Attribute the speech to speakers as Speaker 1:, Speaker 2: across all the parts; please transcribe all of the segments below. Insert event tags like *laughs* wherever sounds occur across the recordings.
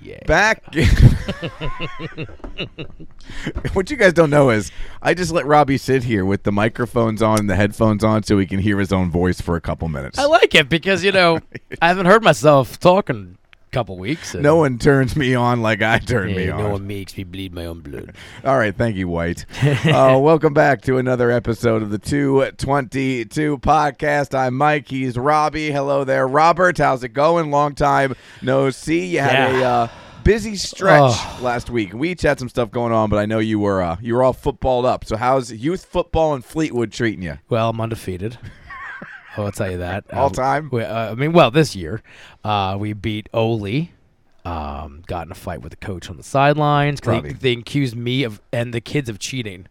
Speaker 1: Yeah.
Speaker 2: Back. *laughs* what you guys don't know is I just let Robbie sit here with the microphones on and the headphones on so he can hear his own voice for a couple minutes.
Speaker 1: I like it because you
Speaker 2: *laughs*
Speaker 1: know I haven't heard myself talk in a couple weeks. and-
Speaker 2: no one turns me on like I turn
Speaker 1: Yeah,
Speaker 2: me on.
Speaker 1: no one makes me bleed my own blood.
Speaker 2: All right, thank you, White. uh, welcome back to another episode of the 222 podcast. I'm Mike. He's Robbie. Hello there, Robert. How's it going? Long time no see. You had a
Speaker 1: Yeah.
Speaker 2: uh, busy stretch
Speaker 1: Oh.
Speaker 2: last week. We each had some stuff going on, but I know you were uh, you were all footballed up. So how's youth football in Fleetwood treating you?
Speaker 1: Well, I'm undefeated. I'll tell you
Speaker 2: *laughs*
Speaker 1: that.
Speaker 2: All
Speaker 1: Uh,
Speaker 2: time?
Speaker 1: we- uh, I mean, well, this year uh, we beat Ole. Um, got in a fight with the coach on the sidelines. 'cause
Speaker 2: Robbie.
Speaker 1: They, they accused me of and the kids of cheating.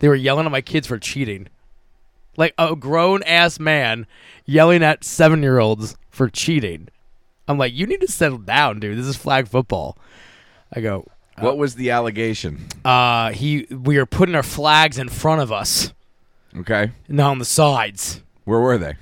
Speaker 1: They were yelling at my kids for cheating, like a grown ass man yelling at seven year olds for cheating. I'm like, you need to settle down, dude. This is flag football. I go.
Speaker 2: What was the allegation?
Speaker 1: Uh, he. We are putting our flags in front of us,
Speaker 2: Okay,
Speaker 1: not on the sides.
Speaker 2: where were they?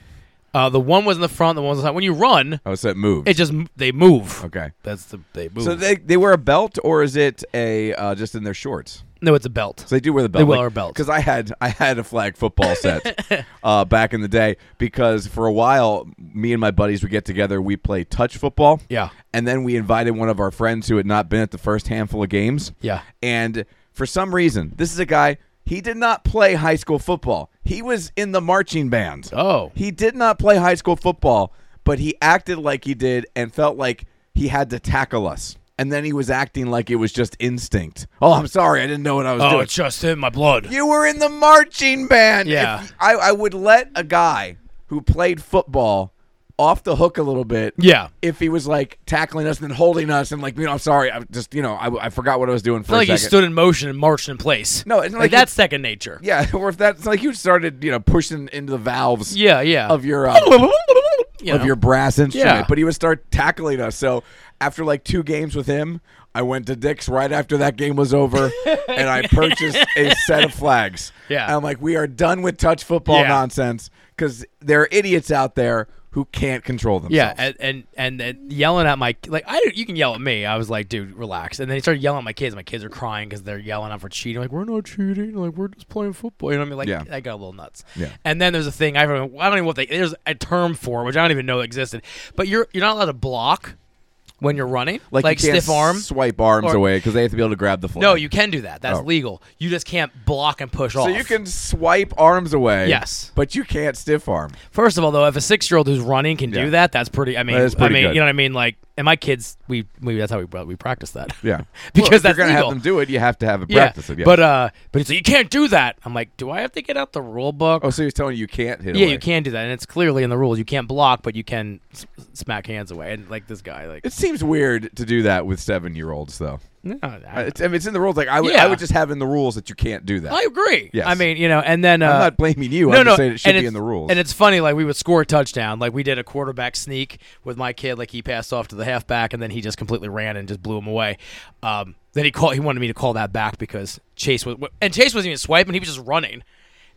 Speaker 1: Uh, the one was in the front, the one was in the side. When you run,
Speaker 2: Oh, so it moved.
Speaker 1: it just m- they move.
Speaker 2: okay,
Speaker 1: That's the they move.
Speaker 2: so they they wear a belt or is it a uh, just in their shorts?
Speaker 1: no, it's a belt.
Speaker 2: So they do wear the belt.
Speaker 1: They wear a belt.
Speaker 2: Because I had I had a flag
Speaker 1: *laughs*
Speaker 2: football set uh, back in the day. Because for a while, me and my buddies would get together. We play touch football.
Speaker 1: Yeah.
Speaker 2: And then we invited one of our friends who had not been at the first handful of games.
Speaker 1: Yeah.
Speaker 2: And for some reason, this is a guy. He did not play high school football. He was in the marching band.
Speaker 1: Oh.
Speaker 2: He did not play high school football, but he acted like he did and felt like he had to tackle us. And then he was acting like it was just instinct. Oh, I'm sorry. I didn't know what I was
Speaker 1: Oh,
Speaker 2: doing.
Speaker 1: just in my blood.
Speaker 2: You were in the marching band.
Speaker 1: Yeah.
Speaker 2: If- I, I would let a guy who played football off the hook a little bit.
Speaker 1: Yeah.
Speaker 2: If he was like tackling us and then holding us and like, you know, I'm sorry, I just, you know, I, I forgot what I was doing for
Speaker 1: Not
Speaker 2: a
Speaker 1: like you
Speaker 2: second.
Speaker 1: stood in motion and marched in place.
Speaker 2: No, it's not like you-
Speaker 1: that's second nature.
Speaker 2: yeah, *laughs* or if that's like you started, you know, pushing into the valves
Speaker 1: Yeah, yeah.
Speaker 2: of your
Speaker 1: *laughs*
Speaker 2: uh,
Speaker 1: You
Speaker 2: of
Speaker 1: know.
Speaker 2: your brass instrument,
Speaker 1: Yeah.
Speaker 2: but he would start tackling us. So after like two games with him, I went to Dick's right after that game was
Speaker 1: *laughs*
Speaker 2: over, and I purchased a set of flags.
Speaker 1: Yeah.
Speaker 2: And I'm like, we are done with touch football
Speaker 1: Yeah.
Speaker 2: nonsense because there are idiots out there who can't control
Speaker 1: Yeah,
Speaker 2: themselves.
Speaker 1: and, and and and yelling at my like I you can yell at me. I was like, dude, relax. And then he started yelling at my kids. My kids are crying because they're yelling out for cheating. Like we're not cheating. Like we're just playing football. You know what I mean? Like
Speaker 2: Yeah.
Speaker 1: I got a little nuts.
Speaker 2: Yeah.
Speaker 1: And then there's a thing I don't I don't even know what they there's a term for it, which I don't even know existed. But you're you're not allowed to block when you're running.
Speaker 2: Like, you can't
Speaker 1: stiff arm.
Speaker 2: swipe arms
Speaker 1: Or-
Speaker 2: away 'cause away because they have to be able to grab the flag.
Speaker 1: no, you can do that. That's
Speaker 2: Oh.
Speaker 1: legal. You just can't block and push
Speaker 2: So
Speaker 1: off.
Speaker 2: you can swipe arms away.
Speaker 1: Yes.
Speaker 2: But you can't stiff arm.
Speaker 1: First of all, though, if a six-year-old who's running can
Speaker 2: Yeah.
Speaker 1: do that, that's pretty. I mean,
Speaker 2: That is
Speaker 1: I
Speaker 2: pretty
Speaker 1: mean,
Speaker 2: good.
Speaker 1: you know what I mean? Like, and my kids, we, we that's how we we practice that.
Speaker 2: Yeah.
Speaker 1: *laughs* because
Speaker 2: well, if
Speaker 1: that's
Speaker 2: you're gonna
Speaker 1: legal.
Speaker 2: have them do it. You have to have it
Speaker 1: yeah.
Speaker 2: practice it. Yeah.
Speaker 1: But uh, but it's like, you can't do that. I'm like, do I have to get out the rule book?
Speaker 2: oh, so he's telling you you can't hit.
Speaker 1: yeah,
Speaker 2: away.
Speaker 1: you can do that, and it's clearly in the rules. You can't block, but you can s- smack hands away. And like this guy, like,
Speaker 2: It seems weird to do that with seven-year-olds, though.
Speaker 1: no, I,
Speaker 2: Uh, It's, I mean, it's in the rules. Like I would, I
Speaker 1: Yeah.
Speaker 2: would just have in the rules that you can't do that.
Speaker 1: I agree.
Speaker 2: Yes.
Speaker 1: I mean, you know, and then uh,
Speaker 2: I'm not blaming you.
Speaker 1: no,
Speaker 2: I'm
Speaker 1: no,
Speaker 2: just saying it should
Speaker 1: and
Speaker 2: be
Speaker 1: it's-
Speaker 2: in the rules.
Speaker 1: And it's funny, like we would score a touchdown. Like we did a quarterback sneak with my kid. Like he passed off to the halfback, and then he just completely ran and just blew him away. Um, then he called. He wanted me to call that back because Chase was, and Chase wasn't even swiping. He was just running.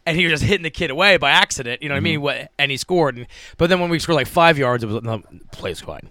Speaker 1: And he was just hitting the kid away by accident, you know what
Speaker 2: Mm-hmm.
Speaker 1: I mean? What- And he scored. And, but then when we scored like five yards, it was no, plays fine,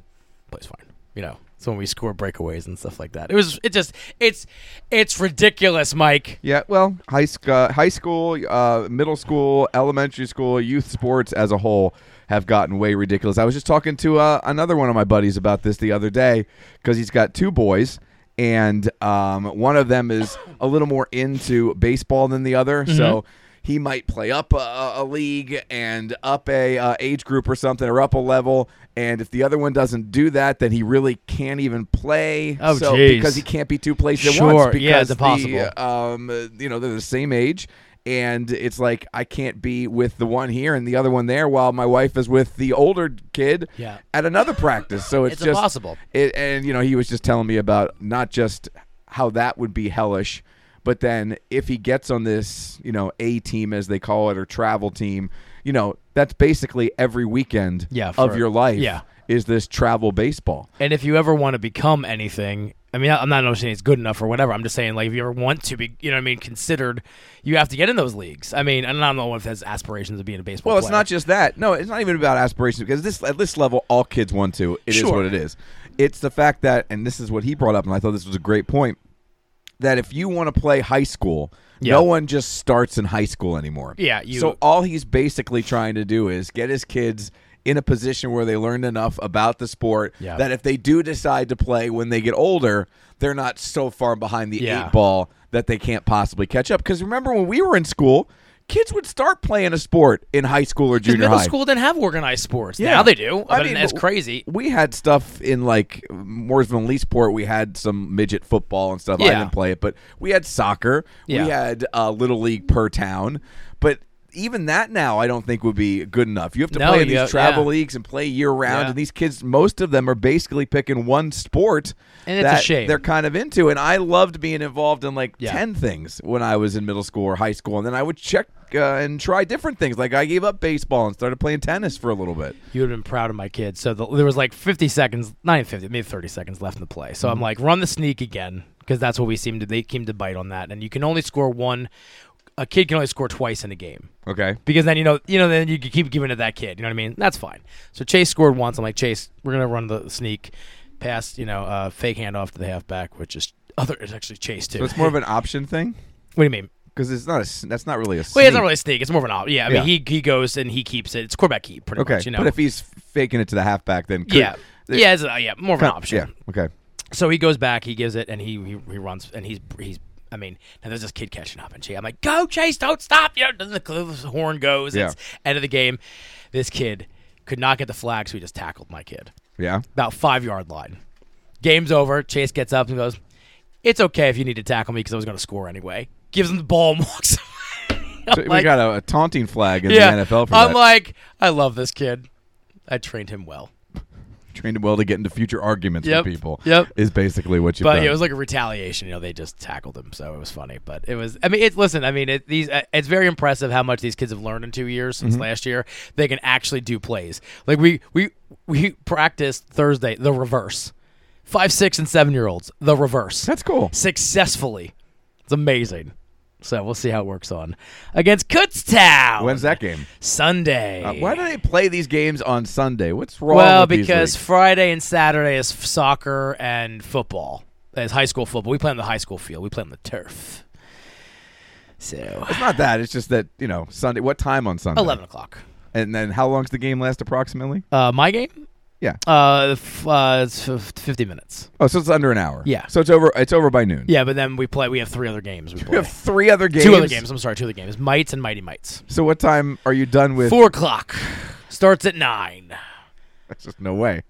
Speaker 1: plays fine. You know, so when we score breakaways and stuff like that, it was it just it's it's ridiculous, Mike.
Speaker 2: yeah, well, high school, high school, uh, middle school, elementary school, youth sports as a whole have gotten way ridiculous. I was just talking to uh, another one of my buddies about this the other day because he's got two boys. And um, one of them is a little more into baseball than the other,
Speaker 1: Mm-hmm.
Speaker 2: so he might play up a- a, a league and up a uh, age group or something, or up a level. And if the other one doesn't do that, then he really can't even play.
Speaker 1: Oh,
Speaker 2: so,
Speaker 1: geez.
Speaker 2: because he can't be two places at
Speaker 1: Sure,
Speaker 2: once because
Speaker 1: yeah, it's
Speaker 2: the,
Speaker 1: impossible.
Speaker 2: um, uh, you know, they're the same age, and it's like I can't be with the one here and the other one there while my wife is with the older kid
Speaker 1: Yeah.
Speaker 2: at another practice. So it's,
Speaker 1: It's
Speaker 2: just
Speaker 1: impossible.
Speaker 2: It, and you know, he was just telling me about not just how that would be hellish, but then if he gets on this, you know, A team as they call it or travel team, you know, that's basically every weekend
Speaker 1: Yeah,
Speaker 2: of
Speaker 1: for-
Speaker 2: your life.
Speaker 1: yeah.
Speaker 2: Is this travel baseball?
Speaker 1: And if you ever want to become anything, I mean, I'm not saying it's good enough or whatever. I'm just saying, like, if you ever want to be, you know what I mean, considered, you have to get in those leagues. I mean, I don't know if has aspirations of being a baseball
Speaker 2: Well, it's
Speaker 1: player.
Speaker 2: not just that. No, it's not even about aspirations because this at this level, all kids want to. It is
Speaker 1: Sure.
Speaker 2: what it is. It's the fact that, and this is what he brought up, and I thought this was a great point. That if you want to play high school, no
Speaker 1: Yeah.
Speaker 2: one just starts in high school anymore.
Speaker 1: Yeah, you-
Speaker 2: So all he's basically trying to do is get his kids in a position where they learned enough about the sport
Speaker 1: Yeah.
Speaker 2: that if they do decide to play when they get older, they're not so far behind the
Speaker 1: Yeah.
Speaker 2: eight ball that they can't possibly catch up. Because remember when we were in school, kids would start playing a sport in high school or junior
Speaker 1: middle
Speaker 2: high.
Speaker 1: school didn't have organized sports. Now they do. I, mean, that's
Speaker 2: but
Speaker 1: crazy.
Speaker 2: We had stuff in like Mooresville and Leesport. We had some midget football and stuff. I
Speaker 1: Yeah.
Speaker 2: didn't play it, but we had soccer.
Speaker 1: Yeah.
Speaker 2: We had uh, little league per town, but. Even that now, I don't think would be good enough. You have to
Speaker 1: No,
Speaker 2: play in
Speaker 1: you-
Speaker 2: these travel
Speaker 1: yeah.
Speaker 2: leagues and play year round,
Speaker 1: Yeah.
Speaker 2: and these kids, most of them, are basically picking one sport
Speaker 1: And it's a
Speaker 2: that
Speaker 1: shame.
Speaker 2: they're kind of into. And I loved being involved in like
Speaker 1: Yeah.
Speaker 2: ten things when I was in middle school or high school, and then I would check uh, and try different things. Like I gave up baseball and started playing tennis for a little bit.
Speaker 1: You would have been proud of my kid. So the, there was like 50 seconds, not even 50, maybe 30 seconds left in the play. So I'm like, run the sneak again because that's what we seem to they seem to bite on that. And you can only score one. A kid can only score twice in a game.
Speaker 2: Okay.
Speaker 1: because then you know you know then you could keep giving it to that kid. You know what I mean? That's fine. So Chase scored once. I'm like Chase, we're gonna run the sneak, pass you know uh, fake handoff to the halfback, which is other it's actually Chase too.
Speaker 2: So it's more of an option thing
Speaker 1: what do you mean?
Speaker 2: because it's not a. s- That's not really a.
Speaker 1: *laughs* Well, it's not
Speaker 2: sneak.
Speaker 1: really a sneak. It's more of an op. Yeah, I
Speaker 2: Yeah.
Speaker 1: mean he he goes and he keeps it. It's quarterback keep pretty
Speaker 2: okay.
Speaker 1: much. You know.
Speaker 2: But if he's faking it to the halfback, then could-
Speaker 1: yeah.
Speaker 2: it-
Speaker 1: yeah, it's, uh, yeah, more of an option.
Speaker 2: Yeah. Okay.
Speaker 1: So he goes back, he gives it, and he he, he runs, and he's he's. I mean, now there's this kid catching up, and she, I'm like, "Go, Chase! Don't stop!" You know, then the cl- the horn goes.
Speaker 2: Yeah.
Speaker 1: It's end of the game. This kid could not get the flag, so he just tackled my kid
Speaker 2: Yeah.
Speaker 1: about five yard line. Game's over. Chase gets up and goes, "It's okay if you need to tackle me because I was going to score anyway." Gives him the ball and *laughs* walks. away. I'm
Speaker 2: So we
Speaker 1: like,
Speaker 2: got a, a taunting flag in
Speaker 1: yeah.
Speaker 2: the NFL for
Speaker 1: I'm
Speaker 2: that.
Speaker 1: like, I love this kid. I trained him well.
Speaker 2: Trained him well to get into future arguments
Speaker 1: Yep,
Speaker 2: with people.
Speaker 1: yep.
Speaker 2: Is basically what you.
Speaker 1: But yeah, it was like a retaliation. You know, they just tackled him, so it was funny. But it was. I mean, it's listen. I mean, it, these. uh, It's very impressive how much these kids have learned in two years since
Speaker 2: Mm-hmm.
Speaker 1: last year. They can actually do plays. Like we we we practiced Thursday the reverse. Five, six, and seven year olds the reverse *laughs*
Speaker 2: That's cool.
Speaker 1: successfully. It's amazing. So we'll see how it works on against Kutztown.
Speaker 2: When's that game?
Speaker 1: Sunday.
Speaker 2: Uh, why do they play these games on Sunday? What's wrong?
Speaker 1: Well,
Speaker 2: with these
Speaker 1: because
Speaker 2: leagues?
Speaker 1: Friday and Saturday is f- soccer and football. It's high school football. We play on the high school field. We play on the turf. So
Speaker 2: it's not that. It's just that you know Sunday. What time on Sunday?
Speaker 1: eleven o'clock.
Speaker 2: And then how long's the game last approximately?
Speaker 1: Uh, my game.
Speaker 2: Yeah.
Speaker 1: Uh, f- uh, it's f- fifty minutes.
Speaker 2: Oh, so it's under an hour.
Speaker 1: Yeah.
Speaker 2: So it's over. It's over by noon.
Speaker 1: Yeah, but then we play. We have three other games. We
Speaker 2: We
Speaker 1: play.
Speaker 2: have three other games.
Speaker 1: two other games. I'm sorry, two other games. Mites and Mighty Mites.
Speaker 2: So what time are you done with?
Speaker 1: Four o'clock starts at nine.
Speaker 2: There's just no way.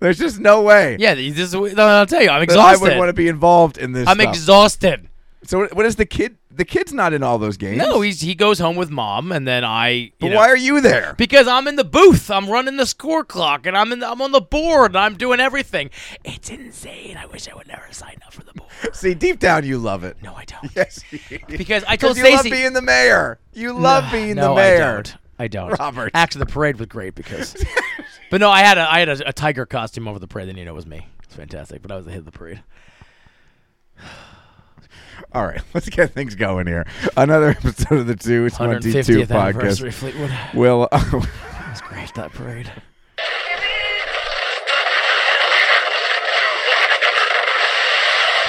Speaker 2: There's just no way
Speaker 1: Yeah, these- this is, no, I'll tell you, I'm
Speaker 2: that I
Speaker 1: exhausted.
Speaker 2: would want to be involved in this.
Speaker 1: I'm
Speaker 2: stuff.
Speaker 1: exhausted.
Speaker 2: so what- what is the kid? The kid's not in all those games.
Speaker 1: No, he's, he goes home with mom, and then I. You
Speaker 2: But
Speaker 1: know,
Speaker 2: why are you there?
Speaker 1: *laughs* Because I'm in the booth. I'm running the score clock, and I'm in. The, I'm on the board. And I'm doing everything. It's insane. I wish I would never sign up for the board.
Speaker 2: See, deep down you love it.
Speaker 1: No, I don't.
Speaker 2: *laughs* Yes,
Speaker 1: Because I told
Speaker 2: because you love
Speaker 1: Stacy.
Speaker 2: being the mayor. You love
Speaker 1: Ugh,
Speaker 2: being
Speaker 1: no,
Speaker 2: the mayor.
Speaker 1: I don't. I don't.
Speaker 2: Robert.
Speaker 1: After the parade was great because. but no, I had a I had a, a tiger costume over the parade. Then you know it was me. It's fantastic. But I was the hit of the parade.
Speaker 2: All right, *laughs* let's get things going here. Another *laughs* episode of the Two Twenty
Speaker 1: 150th
Speaker 2: Two podcast.
Speaker 1: anniversary Fleetwood. It
Speaker 2: Will *laughs*
Speaker 1: was great that parade.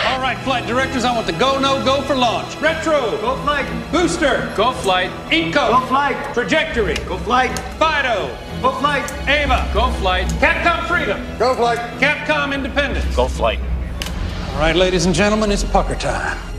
Speaker 3: All right, flight directors, I want the go, no, go for launch. Retro. Go flight. Booster. Go flight. Inco. Go flight. Trajectory. Go flight. Fido. Go flight. Ava. Go flight. Capcom Freedom. Go flight. Capcom Independence. Go flight. All right, ladies and gentlemen, it's pucker time.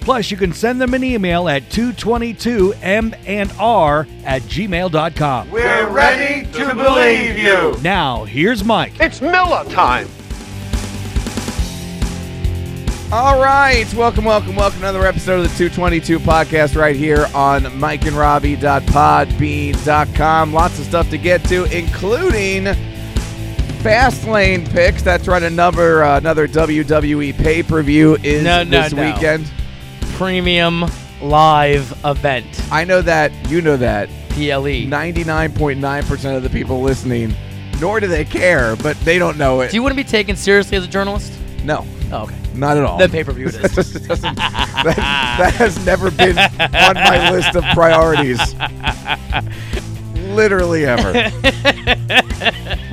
Speaker 4: Plus, you can send them an email at 222m&r at gmail.com.
Speaker 5: We're ready to believe you.
Speaker 4: Now, here's Mike.
Speaker 6: It's Miller time.
Speaker 2: All right, welcome, welcome, welcome to another episode of the 222 podcast right here on mikeandrobbie.podbean.com. Lots of stuff to get to, including fast lane picks. That's right, another uh, another WWE pay per view is
Speaker 1: No, no,
Speaker 2: this
Speaker 1: no.
Speaker 2: weekend.
Speaker 1: Premium live event. E.
Speaker 2: I know that. You know that.
Speaker 1: PLE.
Speaker 2: 99.9% of the people listening, nor do they care, but they don't know it.
Speaker 1: Do you want to be taken seriously as a journalist?
Speaker 2: no,
Speaker 1: Oh, okay.
Speaker 2: not at all.
Speaker 1: The pay per view it
Speaker 2: *laughs*
Speaker 1: is.
Speaker 2: Doesn't- that, that has never been on my list of priorities. Literally ever.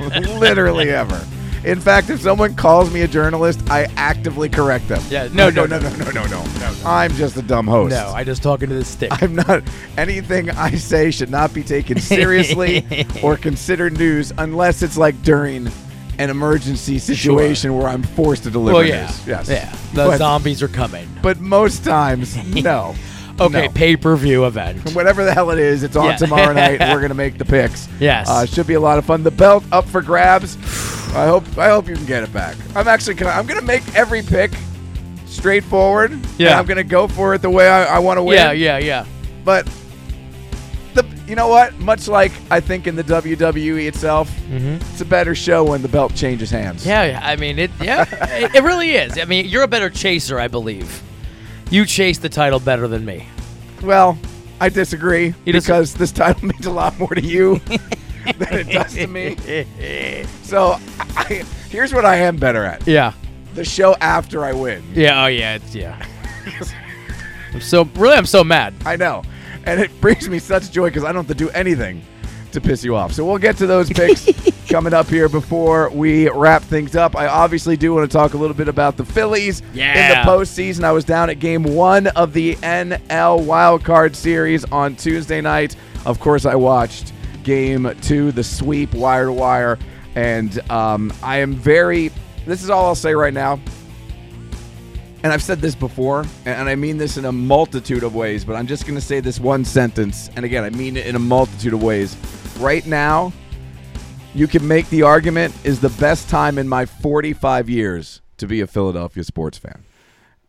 Speaker 2: Literally ever. In fact, if someone calls me a journalist, I actively correct them.
Speaker 1: Yeah, no,
Speaker 2: no,
Speaker 1: no,
Speaker 2: no, no, no, no, no, no. I'm just a dumb host.
Speaker 1: no, I just talking to this stick.
Speaker 2: I'm not. Anything I say should not be taken seriously
Speaker 1: *laughs*
Speaker 2: or considered news unless it's like during an emergency situation where I'm forced to deliver
Speaker 1: well, yeah.
Speaker 2: news. Yes.
Speaker 1: Yeah. The
Speaker 2: But-
Speaker 1: zombies are coming.
Speaker 2: but most
Speaker 1: *laughs*
Speaker 2: times, no.
Speaker 1: Okay,
Speaker 2: No.
Speaker 1: pay per view event.
Speaker 2: Whatever the hell it is, it's on
Speaker 1: Yeah.
Speaker 2: tomorrow night. We're gonna make the picks.
Speaker 1: Yes.
Speaker 2: uh, should be a lot of fun. The belt up for grabs. I hope I hope you can get it back. I'm actually gonna I'm gonna make every pick straightforward. and
Speaker 1: Yeah.
Speaker 2: I'm gonna go for it the way I, I want to win.
Speaker 1: Yeah, yeah, yeah.
Speaker 2: But the you know what? Much like I think in the WWE itself,
Speaker 1: Mm-hmm.
Speaker 2: it's a better show when the belt changes hands.
Speaker 1: Yeah, yeah, I mean it.
Speaker 2: *laughs*
Speaker 1: Yeah, it, it really is. I mean, you're a better chaser, I believe. You chase the title better than me.
Speaker 2: Well, I disagree
Speaker 1: You dis-
Speaker 2: because this title *laughs* means a lot more
Speaker 1: *laughs*
Speaker 2: to you than it does to me. So I, here's what I am better at:
Speaker 1: Yeah,
Speaker 2: the show after I win.
Speaker 1: yeah, oh yeah, it's, yeah. I'm so really, I'm so mad.
Speaker 2: I know, and it brings me such joy because I don't have to do anything to piss you off. So we'll get to those picks coming up here before we wrap things up. I obviously do want to talk a little bit about the Phillies
Speaker 1: Yeah.
Speaker 2: in the postseason. I was down at Game One of the NL Wild Card Series on Tuesday night. Of course, I watched Game Two, the sweep, wire to wire, and um, I am very. This is all I'll say right now and I've said this before, and I mean this in a multitude of ways, but I'm just going to say this one sentence. And again, I mean it in a multitude of ways. Right now, you can make the argument is the best time in my 45 years to be a Philadelphia sports fan.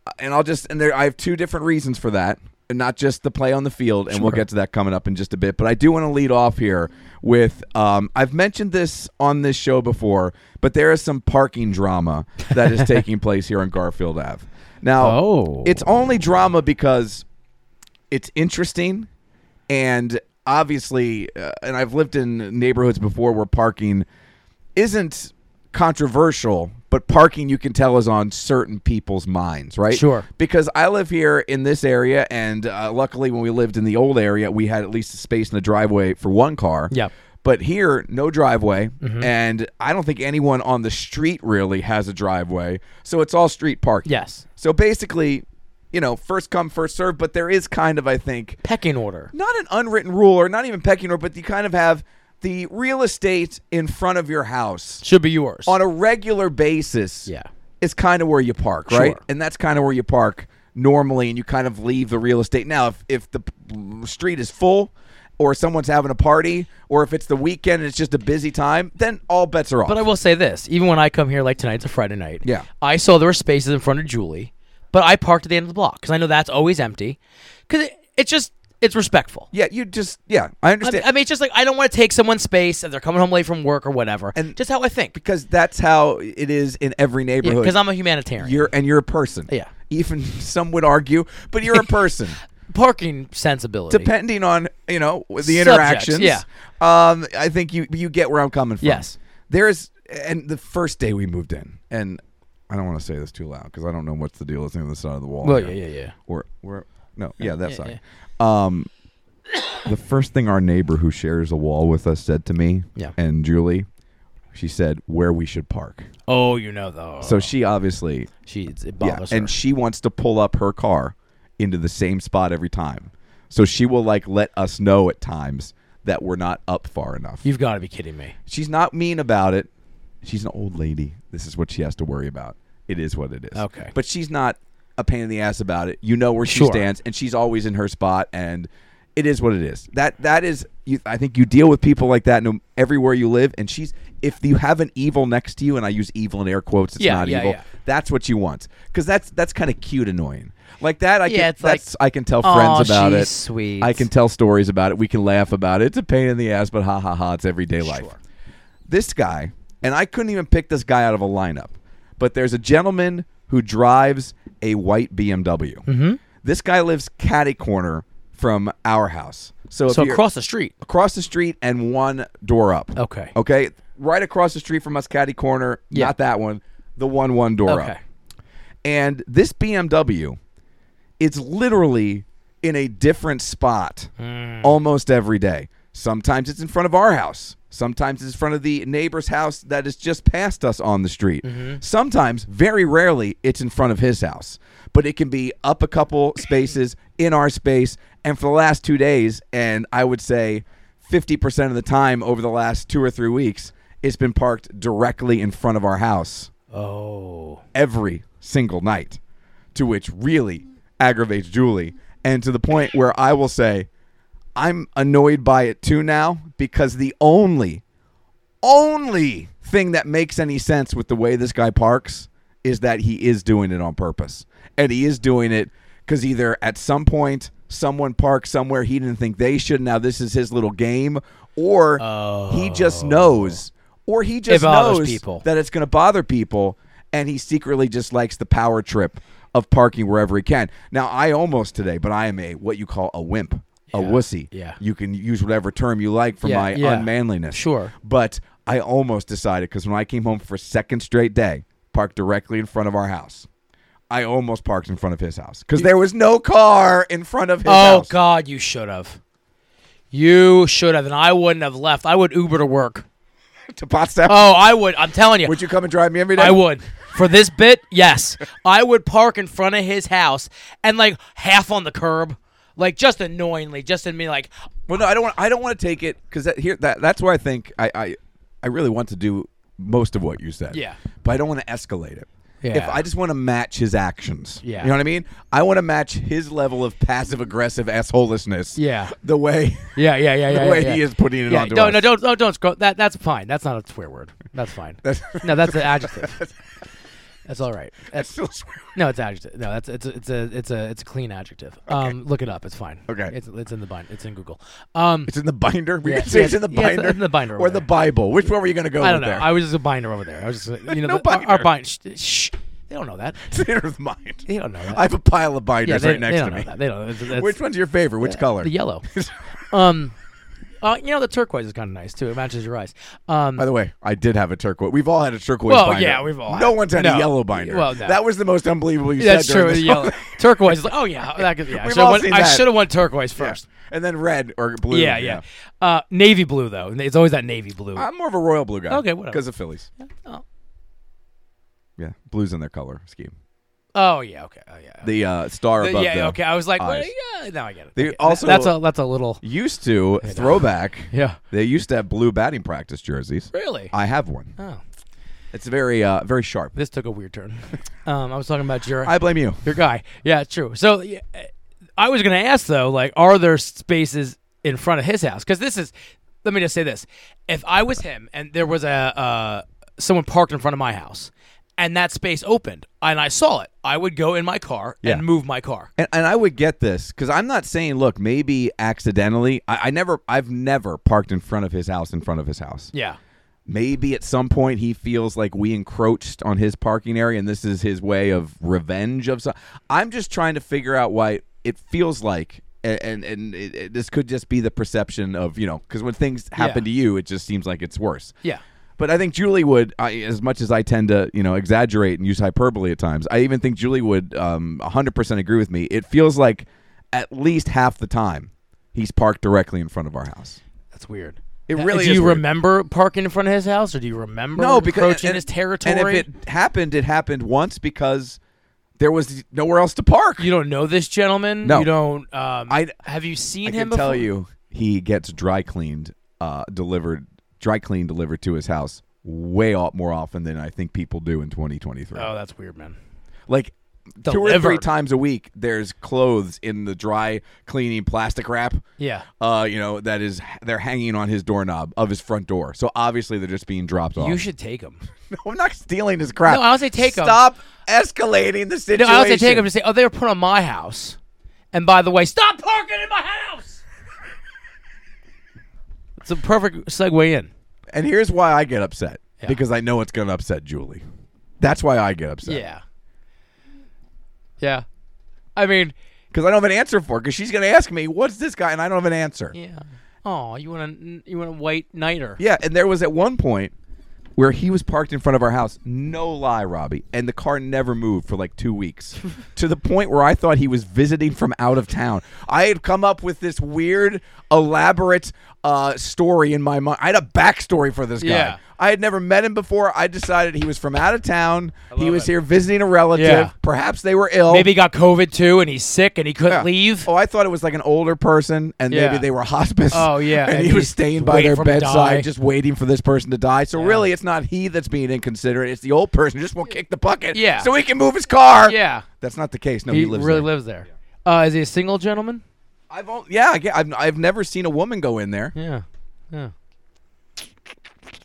Speaker 2: Uh, And I'll just, and there, I have two different reasons for that, and not just the play on the field, and we'll get to that coming up in just a bit. But I do want to lead off here with um, I've mentioned this on this show before, but there is some parking drama that is taking place here on Garfield Ave. Now,
Speaker 1: Oh.
Speaker 2: it's only drama because it's interesting and obviously uh, and i've lived in neighborhoods before where parking isn't controversial but parking you can tell is on certain people's minds right
Speaker 1: Sure.
Speaker 2: because i live here in this area and uh, luckily when we lived in the old area we had at least a space in the driveway for one car
Speaker 1: Yep. Mm-hmm.
Speaker 2: but here no driveway and i don't think anyone on the street really has a driveway so it's all street parking
Speaker 1: Yes,
Speaker 2: so basically, you know, first come, first serve, but there is kind of, I think,
Speaker 1: pecking order.
Speaker 2: not an unwritten rule or not even pecking order, but you kind of have the real estate in front of your house
Speaker 1: Should be yours.
Speaker 2: on a regular basis
Speaker 1: Yeah.
Speaker 2: is kind of where you park, right?
Speaker 1: Sure.
Speaker 2: And that's kind of where you park normally, and you kind of leave the real estate. Now, if, if the p- street is full or someone's having a party or if it's the weekend and it's just a busy time, then all bets are off.
Speaker 1: But I will say this: even when I come here, like tonight's a Friday night.
Speaker 2: Yeah.
Speaker 1: I saw there were spaces in front of Julie, but I parked at the end of the block because I know that's always empty. Because it, it's just it's respectful.
Speaker 2: yeah, you just, yeah, I
Speaker 1: I mean,
Speaker 2: understand.
Speaker 1: I mean, it's just like I don't want to take someone's space if they're coming home late from work or whatever.
Speaker 2: And-
Speaker 1: just how I think.
Speaker 2: because that's how it is in every neighborhood.
Speaker 1: Because I'm a humanitarian.
Speaker 2: You're and you're a person.
Speaker 1: Yeah.
Speaker 2: Even *laughs* some would argue, but you're
Speaker 1: *laughs*
Speaker 2: a person.
Speaker 1: parking sensibility.
Speaker 2: Depending on you know the
Speaker 1: Subjects,
Speaker 2: interactions.
Speaker 1: yeah.
Speaker 2: Um, I think you you get where I'm coming from.
Speaker 1: Yes.
Speaker 2: There is, and the first day we moved in, and I don't want to say this too loud because I don't know what's the deal is on the side of the wall.
Speaker 1: Well,
Speaker 2: here.
Speaker 1: yeah, yeah, yeah.
Speaker 2: Or or no, yeah, that side. Um, the first thing our neighbor who shares a wall with us said to me,
Speaker 1: Yeah.
Speaker 2: and Julie, she said where we should park.
Speaker 1: Oh, you know though.
Speaker 2: So she obviously
Speaker 1: she it
Speaker 2: yeah,
Speaker 1: bothers
Speaker 2: and
Speaker 1: her.
Speaker 2: she wants to pull up her car into the same spot every time. So she will like let us know at times that we're not up far enough.
Speaker 1: You've got to be kidding me.
Speaker 2: She's not mean about it. She's an old lady. This is what she has to worry about. It is what it is.
Speaker 1: Okay.
Speaker 2: But she's not a pain in the ass about it. You know where she
Speaker 1: Sure.
Speaker 2: stands and she's always in her spot and it is what it is. That that is you I think you deal with people like that no, everywhere you live and she's if you have an evil next to you and I use evil in air quotes it's
Speaker 1: Yeah,
Speaker 2: not
Speaker 1: yeah,
Speaker 2: evil.
Speaker 1: yeah.
Speaker 2: That's what she wants. Cuz that's that's kind of cute annoying. Like that I
Speaker 1: Yeah,
Speaker 2: can
Speaker 1: it's like,
Speaker 2: that's I can tell
Speaker 1: "Aw,
Speaker 2: friends about
Speaker 1: she's
Speaker 2: it.
Speaker 1: sweet."
Speaker 2: I can tell stories about it. We can laugh about it. It's a pain in the ass but ha ha ha it's everyday life this guy, and I couldn't even pick this guy out of a lineup, but there's a gentleman who drives a white BMW. Mm-hmm. This guy lives catty corner from our house. So, if
Speaker 1: So
Speaker 2: you're-
Speaker 1: across the street.
Speaker 2: across the street and one door up.
Speaker 1: Okay. Oh,
Speaker 2: Okay. Right across the street from us, Caddy Corner.
Speaker 1: Yeah.
Speaker 2: Not that one. The one one door
Speaker 1: Okay.
Speaker 2: up. And this BMW, it's literally in a different spot almost every day. Sometimes it's in front of our house. Sometimes it's in front of the neighbor's house that is just past us on the street. Sometimes, very rarely, it's in front of his house. But it can be up a couple spaces in our space. And for the last two days, and I would say 50% of the time over the last two or three weeks, it's been parked directly in front of our house
Speaker 1: Oh.
Speaker 2: every single night, to which really aggravates Julie, and to the point where I will say, I'm annoyed by it too now because the only, only thing that makes any sense with the way this guy parks is that he is doing it on purpose. And he is doing it because either at some point someone parked somewhere he didn't think they should. Now this is his little game, or he just knows, or he just
Speaker 1: bothers
Speaker 2: knows
Speaker 1: people.
Speaker 2: that it's going to bother people, and he secretly just likes the power trip of parking wherever he can. Now, I almost today, but I am a what you call a wimp, a wussy.
Speaker 1: yeah.
Speaker 2: you can use whatever term you like for
Speaker 1: Yeah,
Speaker 2: my
Speaker 1: yeah.
Speaker 2: unmanliness.
Speaker 1: Sure.
Speaker 2: but I almost decided because when I came home for a second straight day, parked directly in front of our house. I almost parked in front of his house because there was no car in front of his
Speaker 1: Oh
Speaker 2: house.
Speaker 1: God, you should have. You should have, and I wouldn't have left. I would Uber to work.
Speaker 2: *laughs* To Potsdam.
Speaker 1: Oh, I would. I'm telling you,
Speaker 2: Would you come and drive me every day?
Speaker 1: I would. For this bit, yes, *laughs* I would park in front of his house and like half on the curb, like just annoyingly, just in me, like
Speaker 2: Well, no, I don't want. I don't want to take it because that, here that that's where I think I, I I really want to do most of what you said.
Speaker 1: Yeah.
Speaker 2: but I don't want to escalate it. If
Speaker 1: Yeah.
Speaker 2: I just want to match his actions,
Speaker 1: Yeah.
Speaker 2: you know what I mean. I want to match his level of passive aggressive assholeness.
Speaker 1: Yeah.
Speaker 2: the way.
Speaker 1: yeah, yeah, *laughs* yeah,
Speaker 2: The
Speaker 1: yeah.
Speaker 2: way
Speaker 1: yeah,
Speaker 2: he
Speaker 1: yeah.
Speaker 2: is putting it
Speaker 1: Yeah,
Speaker 2: onto
Speaker 1: no,
Speaker 2: us. *laughs*
Speaker 1: no, don't, oh, don't, don't scroll. That, that's fine. That's not a swear word. That's fine. *laughs* no, that's an
Speaker 2: *laughs*
Speaker 1: adjective. That's all right. That's
Speaker 2: Still swear.
Speaker 1: No, it's adjective. No, that's it's a, it's a it's a it's a clean adjective. Um, look it up. It's fine.
Speaker 2: Okay.
Speaker 1: It's it's in the bind. It's in Google. Um,
Speaker 2: It's in the binder. We
Speaker 1: Yeah,
Speaker 2: could say
Speaker 1: yeah,
Speaker 2: it's in the
Speaker 1: yeah,
Speaker 2: binder.
Speaker 1: it's in the binder
Speaker 2: Or
Speaker 1: over
Speaker 2: the
Speaker 1: there.
Speaker 2: Bible. Which one were you going to go
Speaker 1: I don't
Speaker 2: with
Speaker 1: know.
Speaker 2: there?
Speaker 1: I was just a binder over there. I was
Speaker 2: *laughs*
Speaker 1: just you know
Speaker 2: No
Speaker 1: the, our- Our
Speaker 2: binder.
Speaker 1: binder. Shh, shh. They don't know that.
Speaker 2: *laughs* it's in his mind.
Speaker 1: They don't know that.
Speaker 2: I have a pile of
Speaker 1: yeah,
Speaker 2: binders
Speaker 1: they,
Speaker 2: right next
Speaker 1: they don't
Speaker 2: to
Speaker 1: know
Speaker 2: me.
Speaker 1: that. They don't. Know. That's-
Speaker 2: Which one's your favorite? Which color?
Speaker 1: The
Speaker 2: *laughs*
Speaker 1: yellow. um, uh, you know the turquoise is kind of nice too. It matches your eyes. Um,
Speaker 2: By the way, I did have a turquoise. We've all had a turquoise
Speaker 1: Well,
Speaker 2: binder.
Speaker 1: yeah, we've all
Speaker 2: No
Speaker 1: had-
Speaker 2: one's had a
Speaker 1: no.
Speaker 2: yellow binder.
Speaker 1: Well, no.
Speaker 2: That was the most unbelievable you
Speaker 1: that's
Speaker 2: said during
Speaker 1: true. The
Speaker 2: this *laughs*
Speaker 1: yellow.
Speaker 2: whole-
Speaker 1: *laughs* turquoise is like, oh yeah, that could, yeah. I
Speaker 2: We've
Speaker 1: should've
Speaker 2: all
Speaker 1: went-
Speaker 2: seen
Speaker 1: I
Speaker 2: that.
Speaker 1: should have went turquoise
Speaker 2: Yeah.
Speaker 1: first.
Speaker 2: And then red or blue.
Speaker 1: Yeah, yeah. Uh, navy blue though. It's always that navy blue.
Speaker 2: I'm more of a royal blue guy.
Speaker 1: Okay, whatever.
Speaker 2: Because of Phillies.
Speaker 1: oh.
Speaker 2: Yeah, blue's in their color scheme.
Speaker 1: oh yeah. Okay. Oh yeah.
Speaker 2: The uh, star
Speaker 1: The-
Speaker 2: above
Speaker 1: yeah,
Speaker 2: the
Speaker 1: okay. I was like, well,
Speaker 2: eyes.
Speaker 1: yeah, now I get it.
Speaker 2: They
Speaker 1: Okay, th-
Speaker 2: also-
Speaker 1: that's a that's a little
Speaker 2: Used to throwback.
Speaker 1: *laughs* Yeah.
Speaker 2: They used to have blue batting practice jerseys.
Speaker 1: really.
Speaker 2: I have one.
Speaker 1: oh,
Speaker 2: It's very, uh, very sharp.
Speaker 1: this took a weird
Speaker 2: *laughs*
Speaker 1: turn. um, I was talking about your
Speaker 2: I blame you.
Speaker 1: your guy. Yeah, it's true. So yeah, uh, I was gonna ask though, like, are there spaces in front of his house? Because this is, let me just say this: if I was him and there was a uh, someone parked in front of my house. And that space opened, and I saw it. I would go in my car
Speaker 2: Yeah.
Speaker 1: and move my car.
Speaker 2: And, and I would get this because I'm not saying, look, maybe accidentally. I, I never, I've never parked in front of his house, in front of his house.
Speaker 1: Yeah,
Speaker 2: Maybe at some point he feels like we encroached on his parking area and this is his way of revenge of some. I'm just trying to figure out why it feels like and and, and it, it- this could just be the perception of, you know, cuz when things
Speaker 1: Yeah.
Speaker 2: happen to you it just seems like it's worse.
Speaker 1: yeah.
Speaker 2: But I think Julie would, I, as much as I tend to, you know, exaggerate and use hyperbole at times. I even think Julie would um, 100% agree with me. It feels like at least half the time he's parked directly in front of our house.
Speaker 1: That's weird.
Speaker 2: It
Speaker 1: Uh,
Speaker 2: really
Speaker 1: Do
Speaker 2: is
Speaker 1: you
Speaker 2: weird.
Speaker 1: remember parking in front of his house, or do you remember
Speaker 2: no, because
Speaker 1: approaching
Speaker 2: and-
Speaker 1: his territory?
Speaker 2: And if it happened, it happened once because there was nowhere else to park.
Speaker 1: you don't know this gentleman.
Speaker 2: No.
Speaker 1: you don't. Um,
Speaker 2: I-
Speaker 1: have you seen
Speaker 2: I
Speaker 1: him?
Speaker 2: can tell
Speaker 1: before?
Speaker 2: you, he gets dry cleaned, uh, delivered, dry cleaned delivered to his house way off, more often than I think people do in 2023.
Speaker 1: Oh, that's weird, man.
Speaker 2: like two or three
Speaker 1: Delivered.
Speaker 2: times a week there's clothes in the dry cleaning plastic wrap
Speaker 1: Yeah.
Speaker 2: uh you know that is they're hanging on his doorknob of his front door so obviously they're just being dropped off
Speaker 1: You should take him.
Speaker 2: no, i'm not stealing his crap
Speaker 1: No, I don't say take 'em.
Speaker 2: stop escalating the
Speaker 1: No,
Speaker 2: situation
Speaker 1: I also take him to say, "Oh, they were put on my house." And by the way, stop parking in my house. *laughs* it's a perfect segue in.
Speaker 2: and here's why i get upset because i know it's gonna upset julie that's why i get upset
Speaker 1: Yeah. Yeah. I mean,
Speaker 2: because I don't have an answer for. Because she's going to ask me, "What's this guy?" and I don't have an answer.
Speaker 1: Yeah. Oh, you want a you want a white nighter?
Speaker 2: Yeah, and there was at one point where he was parked in front of our house. No lie, Robbie. And the car never moved for like
Speaker 1: *laughs*
Speaker 2: two weeks to the point where I thought he was visiting from out of town. I had come up with this weird, elaborate uh, story in my mind. I had a backstory for this guy.
Speaker 1: Yeah.
Speaker 2: I had never met him before. I decided he was from out of town. He was here visiting a relative.
Speaker 1: Yeah.
Speaker 2: Perhaps they were ill.
Speaker 1: Maybe he got COVID too, and he's sick, and he couldn't
Speaker 2: Yeah.
Speaker 1: leave.
Speaker 2: Oh, I thought it was like an older person, and
Speaker 1: Yeah.
Speaker 2: maybe they were *laughs* hospice.
Speaker 1: Oh, yeah,
Speaker 2: and,
Speaker 1: and
Speaker 2: he was
Speaker 1: he's
Speaker 2: staying by
Speaker 1: waiting
Speaker 2: their
Speaker 1: for him to die.
Speaker 2: bedside, just waiting for this person to die. So really, it's not he that's being inconsiderate; it's the old person who just won't kick the bucket.
Speaker 1: Yeah.
Speaker 2: so he can move his car.
Speaker 1: Yeah,
Speaker 2: that's not the case. No,
Speaker 1: he,
Speaker 2: he, lives
Speaker 1: really
Speaker 2: there.
Speaker 1: lives there. Uh, is he a single gentleman?
Speaker 2: I've al- yeah, I get- I've I've never seen a woman go in there.
Speaker 1: Yeah, yeah.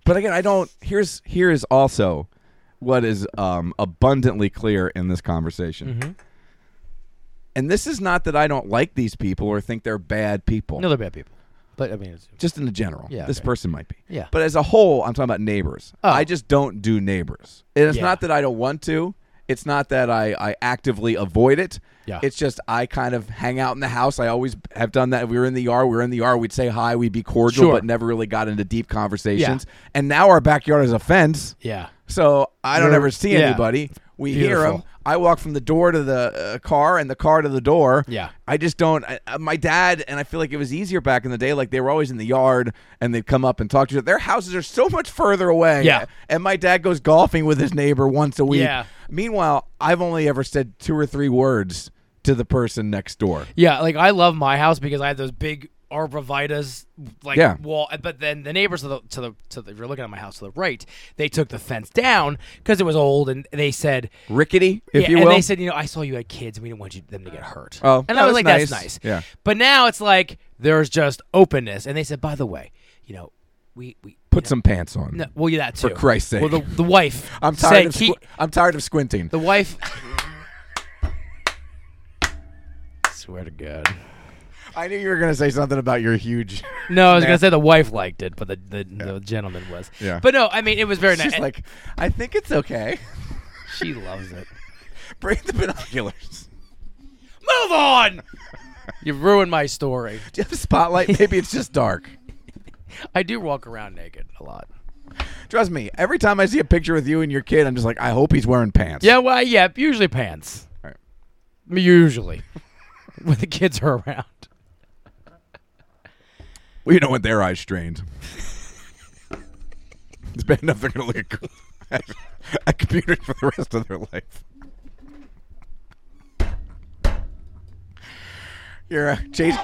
Speaker 2: But again, I don't. Here's here is also what is um, abundantly clear in this conversation.
Speaker 1: Mm-hmm.
Speaker 2: And this is not that I don't like these people or think they're bad people.
Speaker 1: No, they're bad people. But I mean, it's,
Speaker 2: just in the general.
Speaker 1: Yeah,
Speaker 2: this
Speaker 1: okay.
Speaker 2: person might be.
Speaker 1: Yeah.
Speaker 2: But as a whole, I'm talking about neighbors.
Speaker 1: Oh.
Speaker 2: I just don't do neighbors. And it's
Speaker 1: Yeah.
Speaker 2: not that I don't want to. It's not that I, I actively avoid it.
Speaker 1: Yeah.
Speaker 2: It's just I kind of hang out in the house. I always have done that. If we were in the yard, we were in the yard, we'd say hi, we'd be cordial,
Speaker 1: Sure.
Speaker 2: but never really got into deep conversations. And now our backyard is a fence.
Speaker 1: yeah,
Speaker 2: So I don't
Speaker 1: You're-
Speaker 2: ever see
Speaker 1: yeah.
Speaker 2: anybody. We hear 'em. hear
Speaker 1: Beautiful.
Speaker 2: them. I walk from the door to the uh, car and the car to the door.
Speaker 1: Yeah.
Speaker 2: I just don't. I, uh, my dad and I feel like it was easier back in the day. Like they were always in the yard and they'd come up and talk to you. Their houses are so much further away.
Speaker 1: Yeah.
Speaker 2: And my dad goes golfing with his neighbor once a week.
Speaker 1: Yeah.
Speaker 2: Meanwhile, I've only ever said two or three words to the person next door.
Speaker 1: yeah. Like I love my house because I have those big arborvitas, like
Speaker 2: Yeah.
Speaker 1: wall. eh, But then the neighbors to the to the to the, if you're looking at my house to the right, they took the fence down because it was old, and they said.
Speaker 2: Rickety, if
Speaker 1: Yeah,
Speaker 2: you
Speaker 1: and
Speaker 2: will.
Speaker 1: they said, you know, I saw you had kids, and we didn't want you, them to get hurt.
Speaker 2: Oh,
Speaker 1: and
Speaker 2: yeah,
Speaker 1: I was
Speaker 2: that's
Speaker 1: like, that's
Speaker 2: nice.
Speaker 1: nice.
Speaker 2: Yeah.
Speaker 1: But now it's like there's just openness, and they said, by the way, you know, we we
Speaker 2: Put some pants on.
Speaker 1: no, well, yeah, that too.
Speaker 2: For Christ's sake.
Speaker 1: Well, the, the wife.
Speaker 2: *laughs* I'm tired.
Speaker 1: said,
Speaker 2: Of
Speaker 1: keep-
Speaker 2: squi- I'm tired of squinting.
Speaker 1: the
Speaker 2: *laughs*
Speaker 1: wife. Swear to God.
Speaker 2: I knew you were going to say something about your huge.
Speaker 1: No, I was gonna say the wife liked it, but the the, the gentleman was.
Speaker 2: Yeah.
Speaker 1: But no, I mean it was very nice.
Speaker 2: She's like, I think it's okay. *laughs*
Speaker 1: she loves it.
Speaker 2: Bring the binoculars.
Speaker 1: Move on. you ruined my story.
Speaker 2: Do you have a spotlight? Maybe it's just dark.
Speaker 1: I do walk around naked a lot.
Speaker 2: Trust me, every time I see a picture with you and your kid, I'm just like, I hope he's wearing pants.
Speaker 1: Yeah, well, yeah, usually pants.
Speaker 2: All right.
Speaker 1: Usually, *laughs* when the kids are around.
Speaker 2: Well, you don't want their eyes strained. *laughs* it's bad enough they're going to look at, *laughs* at computers for the rest of their life. You're uh, Chase.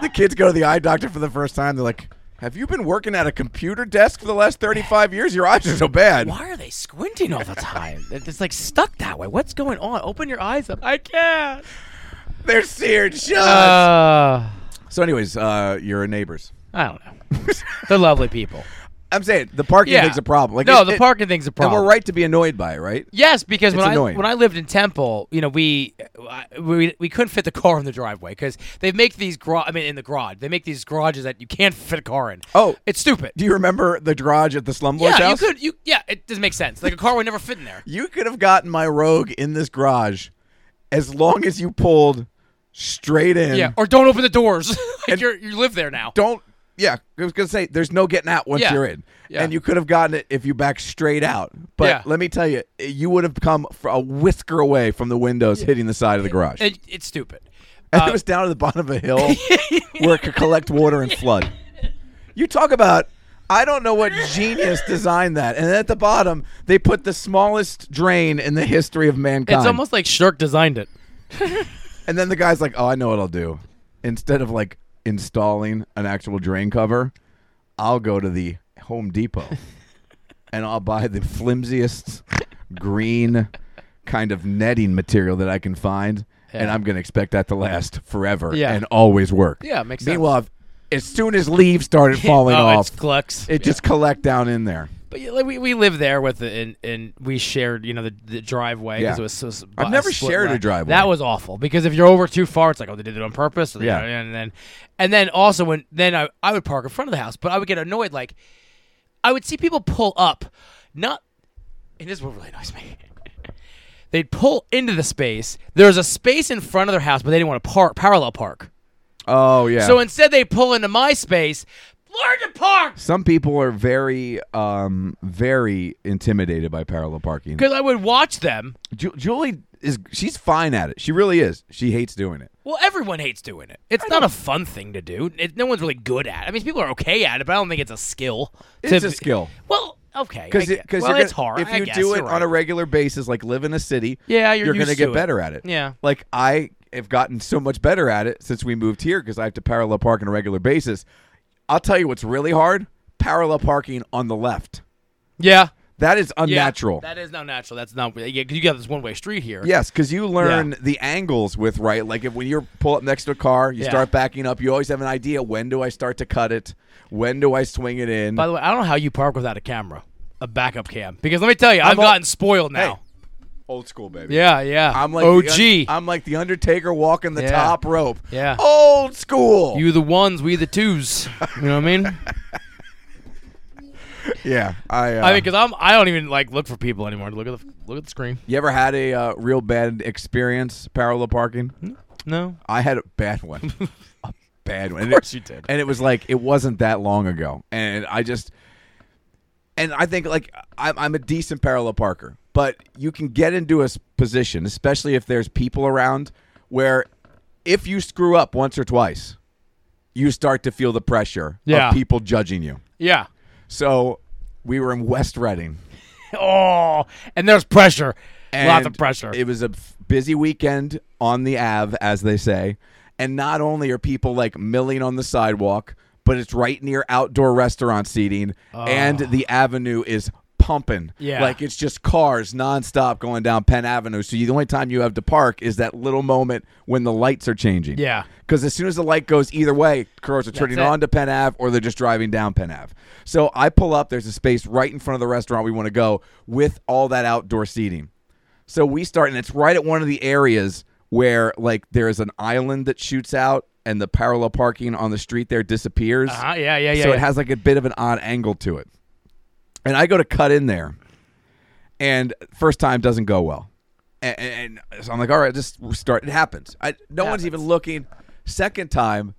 Speaker 2: The kids go to the eye doctor for the first time. They're like, Have you been working at a computer desk for the last 35 years? Your eyes are so bad.
Speaker 1: Why are they squinting all the time? It's like stuck that way. What's going on? Open your eyes up. I can't.
Speaker 2: They're seared shut.
Speaker 1: Uh,
Speaker 2: so, anyways, uh, your neighbors.
Speaker 1: I don't know. *laughs* They're lovely people.
Speaker 2: I'm saying the parking
Speaker 1: Yeah.
Speaker 2: thing's a problem. Like
Speaker 1: No,
Speaker 2: it-
Speaker 1: the
Speaker 2: it-
Speaker 1: parking thing's a problem.
Speaker 2: And we're right to be annoyed by it, right?
Speaker 1: Yes, because when
Speaker 2: It's
Speaker 1: I
Speaker 2: annoying.
Speaker 1: when I lived in Temple, you know, we I- we, we couldn't fit the car in the driveway because they make these garage. I mean, in the garage, they make these garages that you can't *laughs* fit a car in.
Speaker 2: Oh.
Speaker 1: it's stupid.
Speaker 2: Do you remember the garage at the slumlord's
Speaker 1: yeah,
Speaker 2: house?
Speaker 1: you could. You yeah, it doesn't make sense. Like a car would never fit in there.
Speaker 2: *laughs* You could have gotten my rogue in this garage as long as you pulled straight in.
Speaker 1: Yeah, or don't open the doors. *laughs* like
Speaker 2: And-
Speaker 1: you're, you live there now.
Speaker 2: don't. Yeah, I was gonna say there's no getting out once
Speaker 1: Yeah.
Speaker 2: you're in,
Speaker 1: Yeah.
Speaker 2: and you could have gotten it if you back straight out. But
Speaker 1: Yeah.
Speaker 2: let me tell you, you would have come for a whisker away from the windows, hitting the side of the garage.
Speaker 1: It, uh, it's stupid.
Speaker 2: and it was down to the bottom of a
Speaker 1: *laughs*
Speaker 2: hill where it could collect water and flood. You talk about I don't know what genius designed that. And then at the bottom, they put the smallest drain in the history of mankind.
Speaker 1: It's almost like Shirk designed it.
Speaker 2: and then the guy's like, "Oh, I know what I'll do. Instead of like installing an actual drain cover, I'll go to the Home
Speaker 1: *laughs*
Speaker 2: Depot and I'll buy the flimsiest green kind of netting material that I can find, and
Speaker 1: Yeah.
Speaker 2: I'm going to expect that to last forever
Speaker 1: Yeah.
Speaker 2: and always work."
Speaker 1: Yeah, makes sense.
Speaker 2: Meanwhile, as soon as leaves started
Speaker 1: *laughs*
Speaker 2: falling
Speaker 1: oh,
Speaker 2: off,
Speaker 1: it's Glux.
Speaker 2: it just collect down in there.
Speaker 1: But yeah, like we, we live there with the, and and we shared you know the, the driveway because
Speaker 2: Yeah.
Speaker 1: it was so. s-
Speaker 2: I've
Speaker 1: a
Speaker 2: never
Speaker 1: split
Speaker 2: shared a
Speaker 1: lot.
Speaker 2: driveway.
Speaker 1: That was awful because if you're over too far, it's like oh they did it on purpose. or they-
Speaker 2: Yeah.
Speaker 1: and then and then also when then I I would park in front of the house, but I would get annoyed like I would see people pull up, not and this is what really annoys me. *laughs* They'd pull into the space. There was a space in front of their house, but they didn't want to park parallel park.
Speaker 2: Oh yeah.
Speaker 1: So instead, they pull into my space. Learn to park
Speaker 2: some people are very, um, very intimidated by parallel parking.
Speaker 1: because I would watch them.
Speaker 2: Ju- Julie is she's fine at it. She really is. She hates doing it.
Speaker 1: Well, everyone hates doing it. It's not a fun thing to do. It, no one's really good at it. I mean, people are okay at it, but I don't think it's a skill.
Speaker 2: It's
Speaker 1: to-
Speaker 2: a skill.
Speaker 1: Well, okay.
Speaker 2: Because
Speaker 1: I gue- well,
Speaker 2: you're
Speaker 1: it's
Speaker 2: gonna-
Speaker 1: hard.
Speaker 2: If
Speaker 1: I
Speaker 2: you
Speaker 1: guess,
Speaker 2: do it
Speaker 1: you're
Speaker 2: on a
Speaker 1: right.
Speaker 2: regular basis, like live in a city,
Speaker 1: Yeah, you're
Speaker 2: gonna
Speaker 1: used
Speaker 2: get
Speaker 1: to it.
Speaker 2: better at it.
Speaker 1: Yeah.
Speaker 2: Like I have gotten so much better at it since we moved here because I have to parallel park on a regular basis. I'll tell you what's really hard: parallel parking on the left.
Speaker 1: yeah,
Speaker 2: That is
Speaker 1: yeah.
Speaker 2: unnatural.
Speaker 1: That is not natural. That's not yeah, 'cause you got this one way street here.
Speaker 2: Yes, because you learn the angles with right. Like if when you pull up next to a car, you
Speaker 1: Yeah.
Speaker 2: start backing up. You always have an idea. When do I start to cut it? When do I swing it in?
Speaker 1: By the way, I don't know how you park without a camera, a backup cam. Because let me tell you, i have
Speaker 2: all-
Speaker 1: gotten spoiled now.
Speaker 2: Old school, baby.
Speaker 1: Yeah, yeah.
Speaker 2: I'm like
Speaker 1: OG.
Speaker 2: The, Un- I'm Oh. like the Undertaker walking the
Speaker 1: Yeah.
Speaker 2: top rope.
Speaker 1: Yeah.
Speaker 2: Old school.
Speaker 1: you the ones, we the twos. You know what I
Speaker 2: *laughs*
Speaker 1: mean?
Speaker 2: yeah. I. Uh,
Speaker 1: I mean, because I'm I don't even like look for people anymore. Look at the look at the screen.
Speaker 2: you ever had a uh, real bad experience parallel parking?
Speaker 1: No.
Speaker 2: I had a
Speaker 1: *laughs*
Speaker 2: bad one. a bad one. Of
Speaker 1: course you did.
Speaker 2: And it was like it wasn't that long ago, and I just, and I think like I'm, I'm a decent parallel parker, but you can get into a s- position, especially if there's people around, where if you screw up once or twice, you start to feel the pressure
Speaker 1: Yeah.
Speaker 2: of people judging you.
Speaker 1: Yeah.
Speaker 2: So we were in West Reading.
Speaker 1: Oh, and there's pressure.
Speaker 2: And
Speaker 1: Lots of pressure.
Speaker 2: It was a f- busy weekend on the Ave, as they say. And not only are people like milling on the sidewalk, but it's right near outdoor restaurant seating, and the avenue is pumping.
Speaker 1: Yeah.
Speaker 2: Like it's just cars nonstop going down Penn Avenue. So you, the only time you have to park is that little moment when the lights are changing.
Speaker 1: Yeah.
Speaker 2: Because as soon as the light goes either way, cars are turning
Speaker 1: it.
Speaker 2: on to Penn Ave or they're just driving down Penn Ave. So I pull up, there's a space right in front of the restaurant we want to go with all that outdoor seating. So we start, and it's right at one of the areas where like there is an island that shoots out, and the parallel parking on the street there disappears.
Speaker 1: Uh-huh, yeah, yeah, yeah,
Speaker 2: So it
Speaker 1: yeah.
Speaker 2: has like a bit of an odd angle to it, and I go to cut in there, and first time doesn't go well, and, and, and so I'm like, all right, just start. It happens. I, no one's even looking. Second time,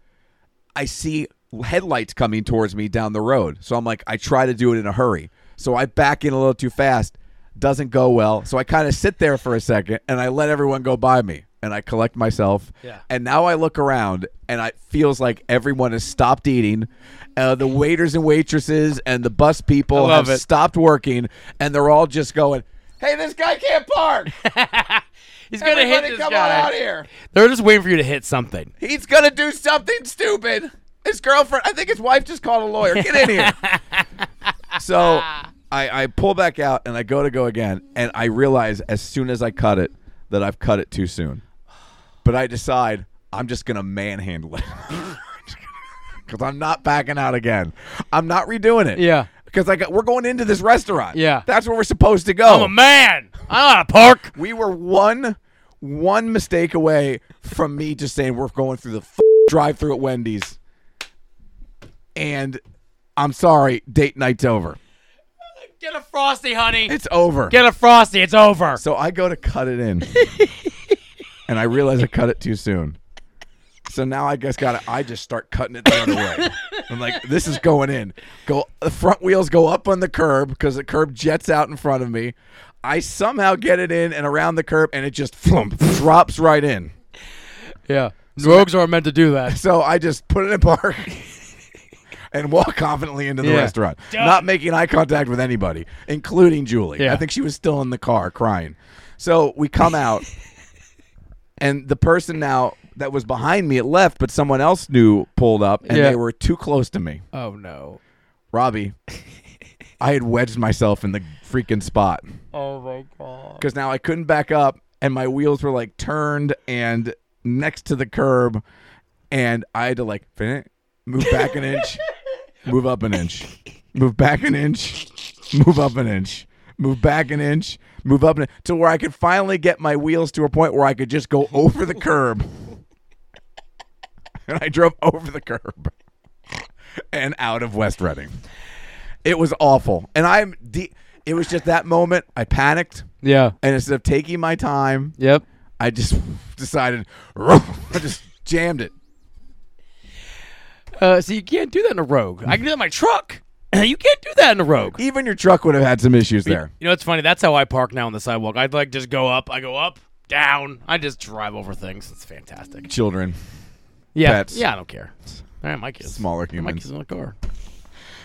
Speaker 2: I see headlights coming towards me down the road. So I'm like, I try to do it in a hurry. So I back in a little too fast. Doesn't go well. So I kind of sit there for a second and I let everyone go by me and I collect myself.
Speaker 1: Yeah.
Speaker 2: And now I look around and it feels like everyone has stopped eating. Uh, the waiters and waitresses and the bus people
Speaker 1: love
Speaker 2: have
Speaker 1: it.
Speaker 2: stopped working and they're all just going, hey, this guy
Speaker 1: *laughs*
Speaker 2: can't park.
Speaker 1: He's gonna hit
Speaker 2: Everybody
Speaker 1: this
Speaker 2: come
Speaker 1: guy.
Speaker 2: on out here.
Speaker 1: They're just waiting for you to hit something. *laughs*
Speaker 2: He's gonna do something stupid. His girlfriend, I think his wife just called a lawyer.
Speaker 1: *laughs*
Speaker 2: Get in here. so I, I pull back out and I go to go again, and I realize as soon as I cut it that I've cut it too soon. But I decide I'm just gonna manhandle it *laughs* because I'm not backing out again. I'm not redoing it.
Speaker 1: Yeah.
Speaker 2: Because I got, we're going into this restaurant.
Speaker 1: Yeah.
Speaker 2: That's where we're supposed to go.
Speaker 1: I'm a man. I'm not a park.
Speaker 2: We were one one mistake away from me just saying we're going through the f- drive-through at Wendy's, and I'm sorry, date night's over.
Speaker 1: Get a frosty, honey.
Speaker 2: It's over.
Speaker 1: Get a frosty. It's over.
Speaker 2: so I go to cut
Speaker 1: *laughs*
Speaker 2: it in, and I realize I cut it too soon. So now I guess got to I just start cutting it the other way. I'm like, this is going in. Go the front wheels go up on the curb because the curb jets out in front of me. I somehow get it in and around the curb, and it just flump, drops right in.
Speaker 1: yeah. Rogues aren't meant to do that.
Speaker 2: So I just put it in park and walk *laughs* confidently into the
Speaker 1: Yeah.
Speaker 2: restaurant, not making eye contact with anybody, including Julie.
Speaker 1: Yeah.
Speaker 2: I think she was still in the car crying. So we
Speaker 1: *laughs*
Speaker 2: come out, and the person now that was behind me it left, but someone else knew pulled up, and
Speaker 1: Yeah.
Speaker 2: they were too close to me.
Speaker 1: Oh no. *laughs*
Speaker 2: Robbie, I had wedged myself in the freaking spot
Speaker 1: Oh my god.
Speaker 2: because now I couldn't back up, and my wheels were like turned and next to the curb, and I had to like fin- move back an inch, move up an inch, move back an inch, move up an inch, move back an inch, move up an inch, to where I could finally get my wheels to a point where I could just go over the curb, and I drove over the curb and out of West Reading. It was awful, and I'm de- It was just that moment. I panicked,
Speaker 1: Yeah.
Speaker 2: and instead of taking my time,
Speaker 1: Yep.
Speaker 2: I just *laughs* decided. I just jammed it.
Speaker 1: Uh, so you can't do that in a Rogue. I can do that in my truck. *clears throat* you can't do that in a Rogue.
Speaker 2: Even your truck would have had some issues there.
Speaker 1: You know, it's funny. That's how I park now on the sidewalk. I'd like just go up. I go up, down. I just drive over things. It's fantastic.
Speaker 2: Children,
Speaker 1: Yeah.
Speaker 2: Pets.
Speaker 1: Yeah, I don't care. All right, my kids.
Speaker 2: smaller
Speaker 1: My
Speaker 2: humans.
Speaker 1: kids in the car.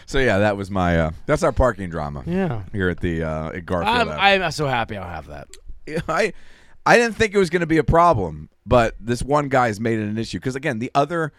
Speaker 2: So yeah, that was my. Uh, that's our parking drama.
Speaker 1: Yeah.
Speaker 2: Here at the uh, at Garfield.
Speaker 1: I'm,
Speaker 2: Ave.
Speaker 1: I'm so happy I don't have that.
Speaker 2: *laughs* I I didn't think it was going to be a problem, but this one guy's made it an issue because again, the other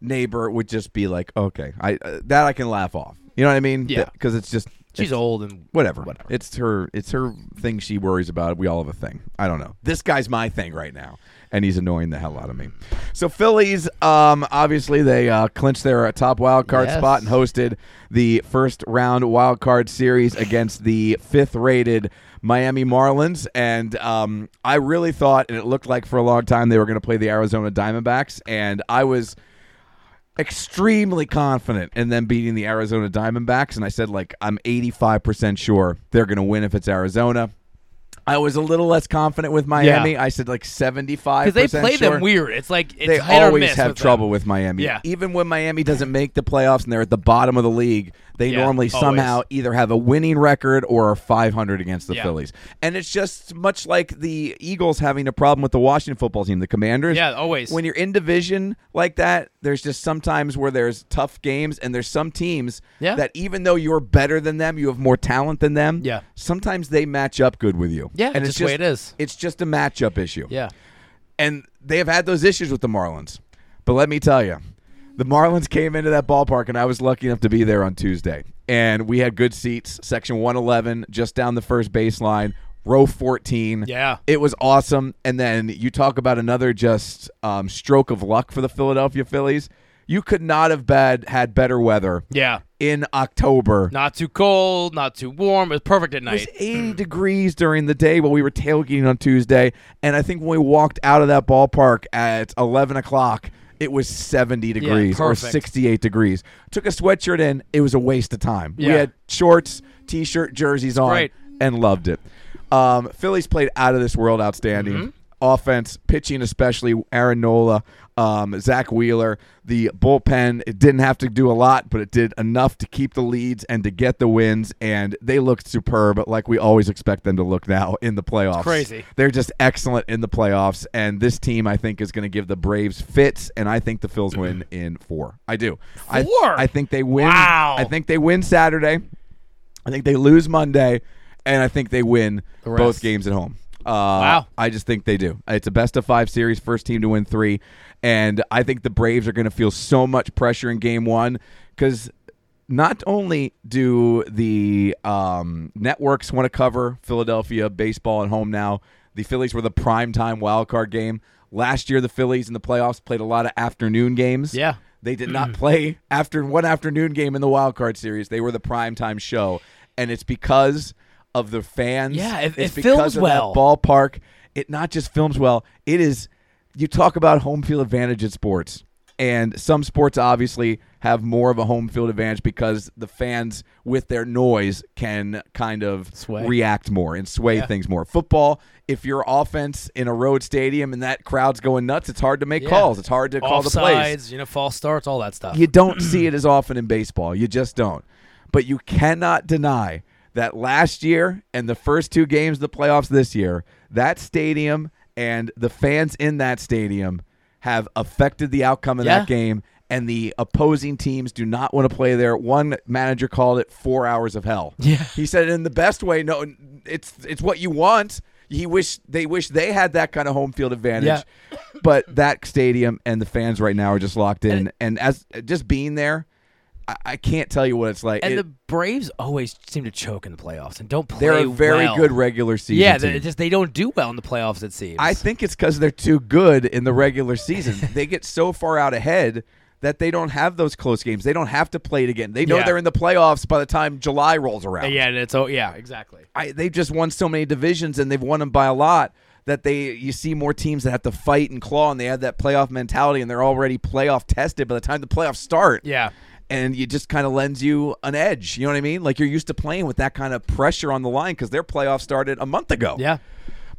Speaker 2: neighbor would just be like, "Okay, I uh, that I can laugh off." You know what I mean?
Speaker 1: Yeah.
Speaker 2: Because it's just
Speaker 1: She's
Speaker 2: it's-
Speaker 1: old and
Speaker 2: Whatever. whatever. It's her. It's her thing. She worries about. We all have a thing. I don't know. This guy's my thing right now, and he's annoying the hell out of me. So Phillies, um, obviously they uh, clinched their uh, top wild card
Speaker 1: Yes.
Speaker 2: spot and hosted the first round wild card series against the fifth rated Miami Marlins. And um, I really thought, and it looked like for a long time they were going to play the Arizona Diamondbacks, and I was extremely confident in them beating the Arizona Diamondbacks. And I said, like, I'm 85% sure they're going to win if it's Arizona. I was a little less confident with Miami. I said, like, 75%.
Speaker 1: Because they play
Speaker 2: sure.
Speaker 1: them weird. It's like it's
Speaker 2: They
Speaker 1: hit or
Speaker 2: always
Speaker 1: miss
Speaker 2: have
Speaker 1: with them.
Speaker 2: trouble with Miami.
Speaker 1: Yeah.
Speaker 2: Even when Miami doesn't make the playoffs and they're at the bottom of the league, they
Speaker 1: Yeah,
Speaker 2: normally somehow
Speaker 1: always.
Speaker 2: either have a winning record or are 500 against the
Speaker 1: Yeah.
Speaker 2: Phillies. And it's just much like the Eagles having a problem with the Washington football team, the Commanders.
Speaker 1: Yeah, always.
Speaker 2: When you're in division like that, there's just sometimes where there's tough games and there's some teams
Speaker 1: Yeah.
Speaker 2: that even though you're better than them, you have more talent than them.
Speaker 1: Yeah.
Speaker 2: Sometimes they match up good with you.
Speaker 1: Yeah,
Speaker 2: and
Speaker 1: it's just
Speaker 2: it's
Speaker 1: the way it is.
Speaker 2: It's just a matchup issue
Speaker 1: Yeah.
Speaker 2: and they have had those issues with the Marlins. But let me tell you, the Marlins came into that ballpark, and I was lucky enough to be there on Tuesday. And we had good seats, section 111, just down the first baseline, row 14.
Speaker 1: Yeah.
Speaker 2: It was awesome. And then you talk about another just um, stroke of luck for the Philadelphia Phillies. You could not have bad, had better weather
Speaker 1: Yeah.
Speaker 2: in October.
Speaker 1: Not too cold, not too warm. It was perfect at
Speaker 2: It was
Speaker 1: night.
Speaker 2: 80 degrees during the day while we were tailgating on Tuesday, and I think when we walked out of that ballpark at 11 o'clock, it was 70 degrees or
Speaker 1: perfect.
Speaker 2: 68 degrees. Took a sweatshirt in, it was a waste of time. We
Speaker 1: Yeah.
Speaker 2: had shorts, t-shirt, jerseys on,
Speaker 1: great.
Speaker 2: and loved it. Um, Phillies played out of this world, outstanding.
Speaker 1: Mm-hmm.
Speaker 2: Offense, pitching especially, Aaron Nola, um, Zach Wheeler, the bullpen. It didn't have to do a lot, but it did enough to keep the leads and to get the wins. And they looked superb, like we always expect them to look now in the playoffs.
Speaker 1: crazy.
Speaker 2: They're just excellent in the playoffs. And this team, I think, is going to give the Braves fits. And I think the
Speaker 1: *clears throat*
Speaker 2: Phils win in four. I do. I,
Speaker 1: Four?
Speaker 2: I think they win.
Speaker 1: Wow.
Speaker 2: I think they win Saturday. I think they lose Monday, and I think they win
Speaker 1: rest.
Speaker 2: both games at home. Uh,
Speaker 1: Wow.
Speaker 2: I just think they do. It's a best of five series, first team to win three, and I think the Braves are going to feel so much pressure in Game One because not only do the um, networks want to cover Philadelphia baseball at home now, the Phillies were the primetime wild card game last year. The Phillies in the playoffs played a lot of afternoon games.
Speaker 1: Yeah. Mm-hmm.
Speaker 2: They did not play after one afternoon game in the wild card series. They were the primetime show, and it's because of the fans.
Speaker 1: Yeah, it-
Speaker 2: it's
Speaker 1: it
Speaker 2: because
Speaker 1: films
Speaker 2: of
Speaker 1: well.
Speaker 2: That ballpark. It not just films well. It is. You talk about home field advantage in sports, and some sports obviously have more of a home field advantage because the fans, with their noise, can kind of
Speaker 1: Sway.
Speaker 2: react more and sway things more. Football, if your offense in a road stadium and that crowd's going nuts, it's hard to make
Speaker 1: Yeah.
Speaker 2: calls. It's hard to call the plays
Speaker 1: Offsides, you know, false starts, all that stuff.
Speaker 2: you don't see it as often in baseball. You just don't. But you cannot deny that last year and the first two games of the playoffs this year, that stadium and the fans in that stadium have affected the outcome of
Speaker 1: Yeah.
Speaker 2: that game. And the opposing teams do not want to play there. One manager called it four hours of hell. Yeah, he said it in the best way. No, it's it's what you want. He wish they wish they had that kind of home field advantage
Speaker 1: Yeah.
Speaker 2: but that stadium and the fans right now are just locked in. And, as just being there, I, I can't tell you what it's like.
Speaker 1: and
Speaker 2: It-
Speaker 1: the Braves always seem to choke in the playoffs and don't play
Speaker 2: they're a very
Speaker 1: well.
Speaker 2: good regular season.
Speaker 1: Yeah,
Speaker 2: team.
Speaker 1: they just they don't do well in the playoffs. It seems.
Speaker 2: I think it's because they're too good in the regular season. they get so far out ahead that they don't have those close games. They don't have to play it again. They know
Speaker 1: Yeah.
Speaker 2: they're in the playoffs by the time July rolls around.
Speaker 1: yeah, and it's oh yeah, exactly.
Speaker 2: I, they've just won so many divisions and they've won them by a lot that they you see more teams that have to fight and claw and they have that playoff mentality and they're already playoff tested by the time the playoffs start.
Speaker 1: Yeah.
Speaker 2: and it just kind of lends you an edge. You know what I mean? Like you're used to playing with that kind of pressure on the line because their playoff started a month ago.
Speaker 1: Yeah.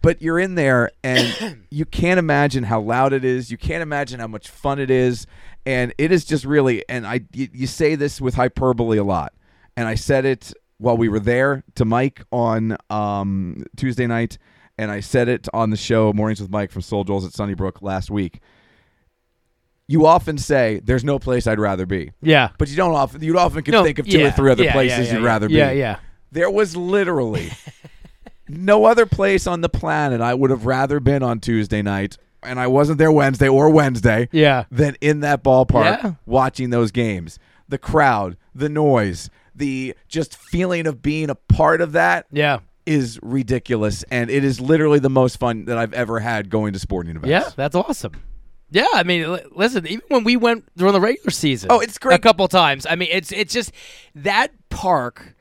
Speaker 2: But you're in there and
Speaker 1: *coughs*
Speaker 2: you can't imagine how loud it is. You can't imagine how much fun it is. And it is just really, and I, you, you say this with hyperbole a lot. And I said it while we were there to Mike on um, Tuesday night. And I said it on the show Mornings with Mike from Soul Joel's at Sunnybrook last week. You often say, there's no place I'd rather be.
Speaker 1: Yeah.
Speaker 2: But you don't often, you often can
Speaker 1: No,
Speaker 2: think of two
Speaker 1: yeah,
Speaker 2: or three other
Speaker 1: yeah, yeah,
Speaker 2: places
Speaker 1: yeah,
Speaker 2: you'd
Speaker 1: yeah.
Speaker 2: rather be.
Speaker 1: Yeah, yeah.
Speaker 2: There was literally no other place on the planet I would have rather been on Tuesday night, and I wasn't there Wednesday or Wednesday,
Speaker 1: Yeah.
Speaker 2: than in that ballpark
Speaker 1: Yeah.
Speaker 2: watching those games. The crowd, the noise, the just feeling of being a part of that is
Speaker 1: Yeah.
Speaker 2: ridiculous, and it is literally the most fun that I've ever had going to sporting events.
Speaker 1: Yeah, that's awesome. Yeah, I mean, li- listen, even when we went during the regular season,
Speaker 2: Oh, it's great.
Speaker 1: a couple times. I mean, it's it's just that park.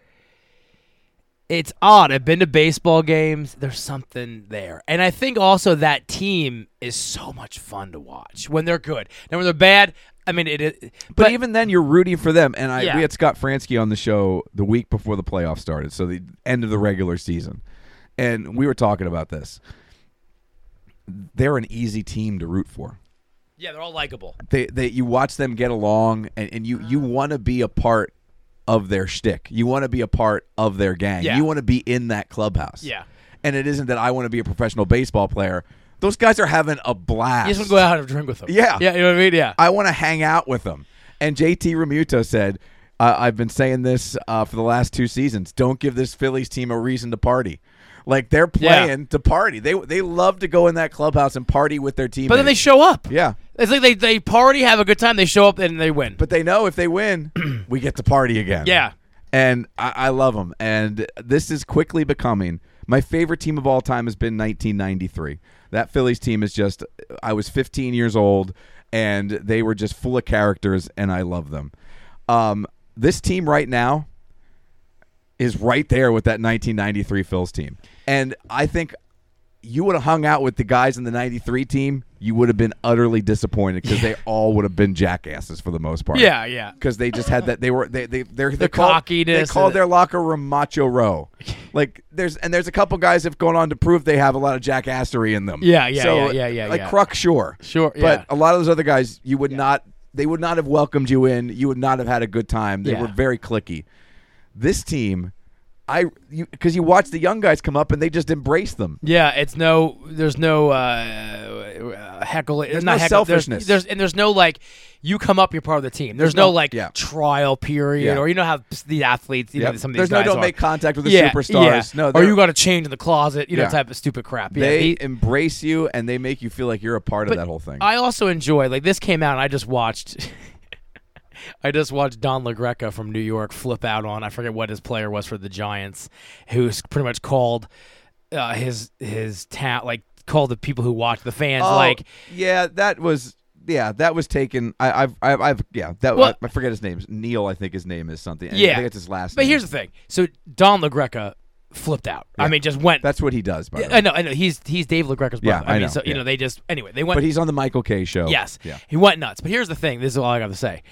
Speaker 1: It's odd. I've been to baseball games. There's something there, and I think also that team is so much fun to watch when they're good. Now when they're bad, I mean, it. e-, it
Speaker 2: But, even then, you're rooting for them. And I,
Speaker 1: Yeah.
Speaker 2: we had Scott Fransky on the show the week before the playoffs started, so the end of the regular season, and we were talking about this. They're an easy team to root for.
Speaker 1: yeah, they're all likable.
Speaker 2: They, they you watch them get along, and, and you
Speaker 1: Mm-hmm.
Speaker 2: you want to be a part of their shtick. You want to be a part of their gang.
Speaker 1: Yeah.
Speaker 2: You want to be in that clubhouse.
Speaker 1: Yeah.
Speaker 2: And it isn't that I want to be a professional baseball player. Those guys are having a blast.
Speaker 1: You just want to go out and drink with them.
Speaker 2: Yeah.
Speaker 1: yeah, you know what I mean. Yeah,
Speaker 2: I want to hang out with them. And JT Remuto said, uh, I've been saying this uh, for the last two seasons. Don't give this Phillies team a reason to party. Like they're
Speaker 1: Yeah.
Speaker 2: playing to party. They they love to go in that clubhouse and party with their team.
Speaker 1: but then they show up.
Speaker 2: yeah.
Speaker 1: it's like they they party, have a good time, they show up, and they win.
Speaker 2: But they know if
Speaker 1: *clears throat*
Speaker 2: they win, we get to party again.
Speaker 1: Yeah.
Speaker 2: And I, I love them. And this is quickly becoming my favorite team of all time has been 1993. That Phillies team is just, I was 15 years old and they were just full of characters and I love them. Um, this team right now is right there with that 1993 Phil's team. And I think you would have hung out with the guys in the 93 team, you would have been utterly disappointed because they all would have been jackasses for the most part.
Speaker 1: Yeah, yeah.
Speaker 2: Because they just had that they were they they they're, they
Speaker 1: The
Speaker 2: call-
Speaker 1: cockiness
Speaker 2: They call
Speaker 1: and-
Speaker 2: their locker room
Speaker 1: *laughs*
Speaker 2: Macho Row. Like there's and there's a couple guys have gone on to prove they have a lot of jackassery in them.
Speaker 1: Yeah, yeah,
Speaker 2: So,
Speaker 1: yeah, yeah, yeah,
Speaker 2: Like
Speaker 1: yeah.
Speaker 2: Kruk, sure,
Speaker 1: Sure,
Speaker 2: But
Speaker 1: yeah.
Speaker 2: a lot of those other guys, you would not. They would not have welcomed you in. You would not have had a good time. They
Speaker 1: Yeah.
Speaker 2: were very clicky. This team, I you because you watch the young guys come up and they just embrace them.
Speaker 1: Yeah, it's no. There's no uh, uh, heckle. There's not
Speaker 2: no
Speaker 1: heckle,
Speaker 2: selfishness.
Speaker 1: There's, there's and there's no like you come up, you're part of the team. There's, no,
Speaker 2: no-
Speaker 1: like
Speaker 2: yeah.
Speaker 1: trial period,
Speaker 2: Yeah.
Speaker 1: or you know how the athletes. You know,
Speaker 2: Yep.
Speaker 1: some of these
Speaker 2: There's no
Speaker 1: guys
Speaker 2: don't
Speaker 1: are.
Speaker 2: make contact with the
Speaker 1: yeah,
Speaker 2: superstars.
Speaker 1: Yeah.
Speaker 2: No,
Speaker 1: or
Speaker 2: they're-
Speaker 1: you got to change in the closet. You know,
Speaker 2: Yeah.
Speaker 1: type of stupid crap. Yeah,
Speaker 2: They
Speaker 1: the-
Speaker 2: embrace you and they make you feel like you're a part of that whole thing.
Speaker 1: I also enjoy like this came out and I just watched *laughs* I just watched Don LaGreca from New York flip out on I forget what his player was for the Giants who's pretty much called uh, his his town like called the people who watch the fans
Speaker 2: Oh,
Speaker 1: like
Speaker 2: yeah, that was yeah, that was taken. I, I've, I've, I've, yeah, that
Speaker 1: Well-
Speaker 2: I, forget his name. Neil, I think his name is something. I
Speaker 1: Yeah.
Speaker 2: think it's his last.
Speaker 1: but
Speaker 2: name.
Speaker 1: here's the thing so Don LaGreca flipped out I mean just went
Speaker 2: that's what he does. By the way.
Speaker 1: I know I know he's he's Dave LaGreca's
Speaker 2: Yeah,
Speaker 1: brother I,
Speaker 2: I
Speaker 1: mean
Speaker 2: know,
Speaker 1: so you
Speaker 2: yeah.
Speaker 1: know they just anyway they went
Speaker 2: But he's on the Michael K show.
Speaker 1: Yes.
Speaker 2: Yeah.
Speaker 1: He went nuts. But here's the thing. This is all I got to say.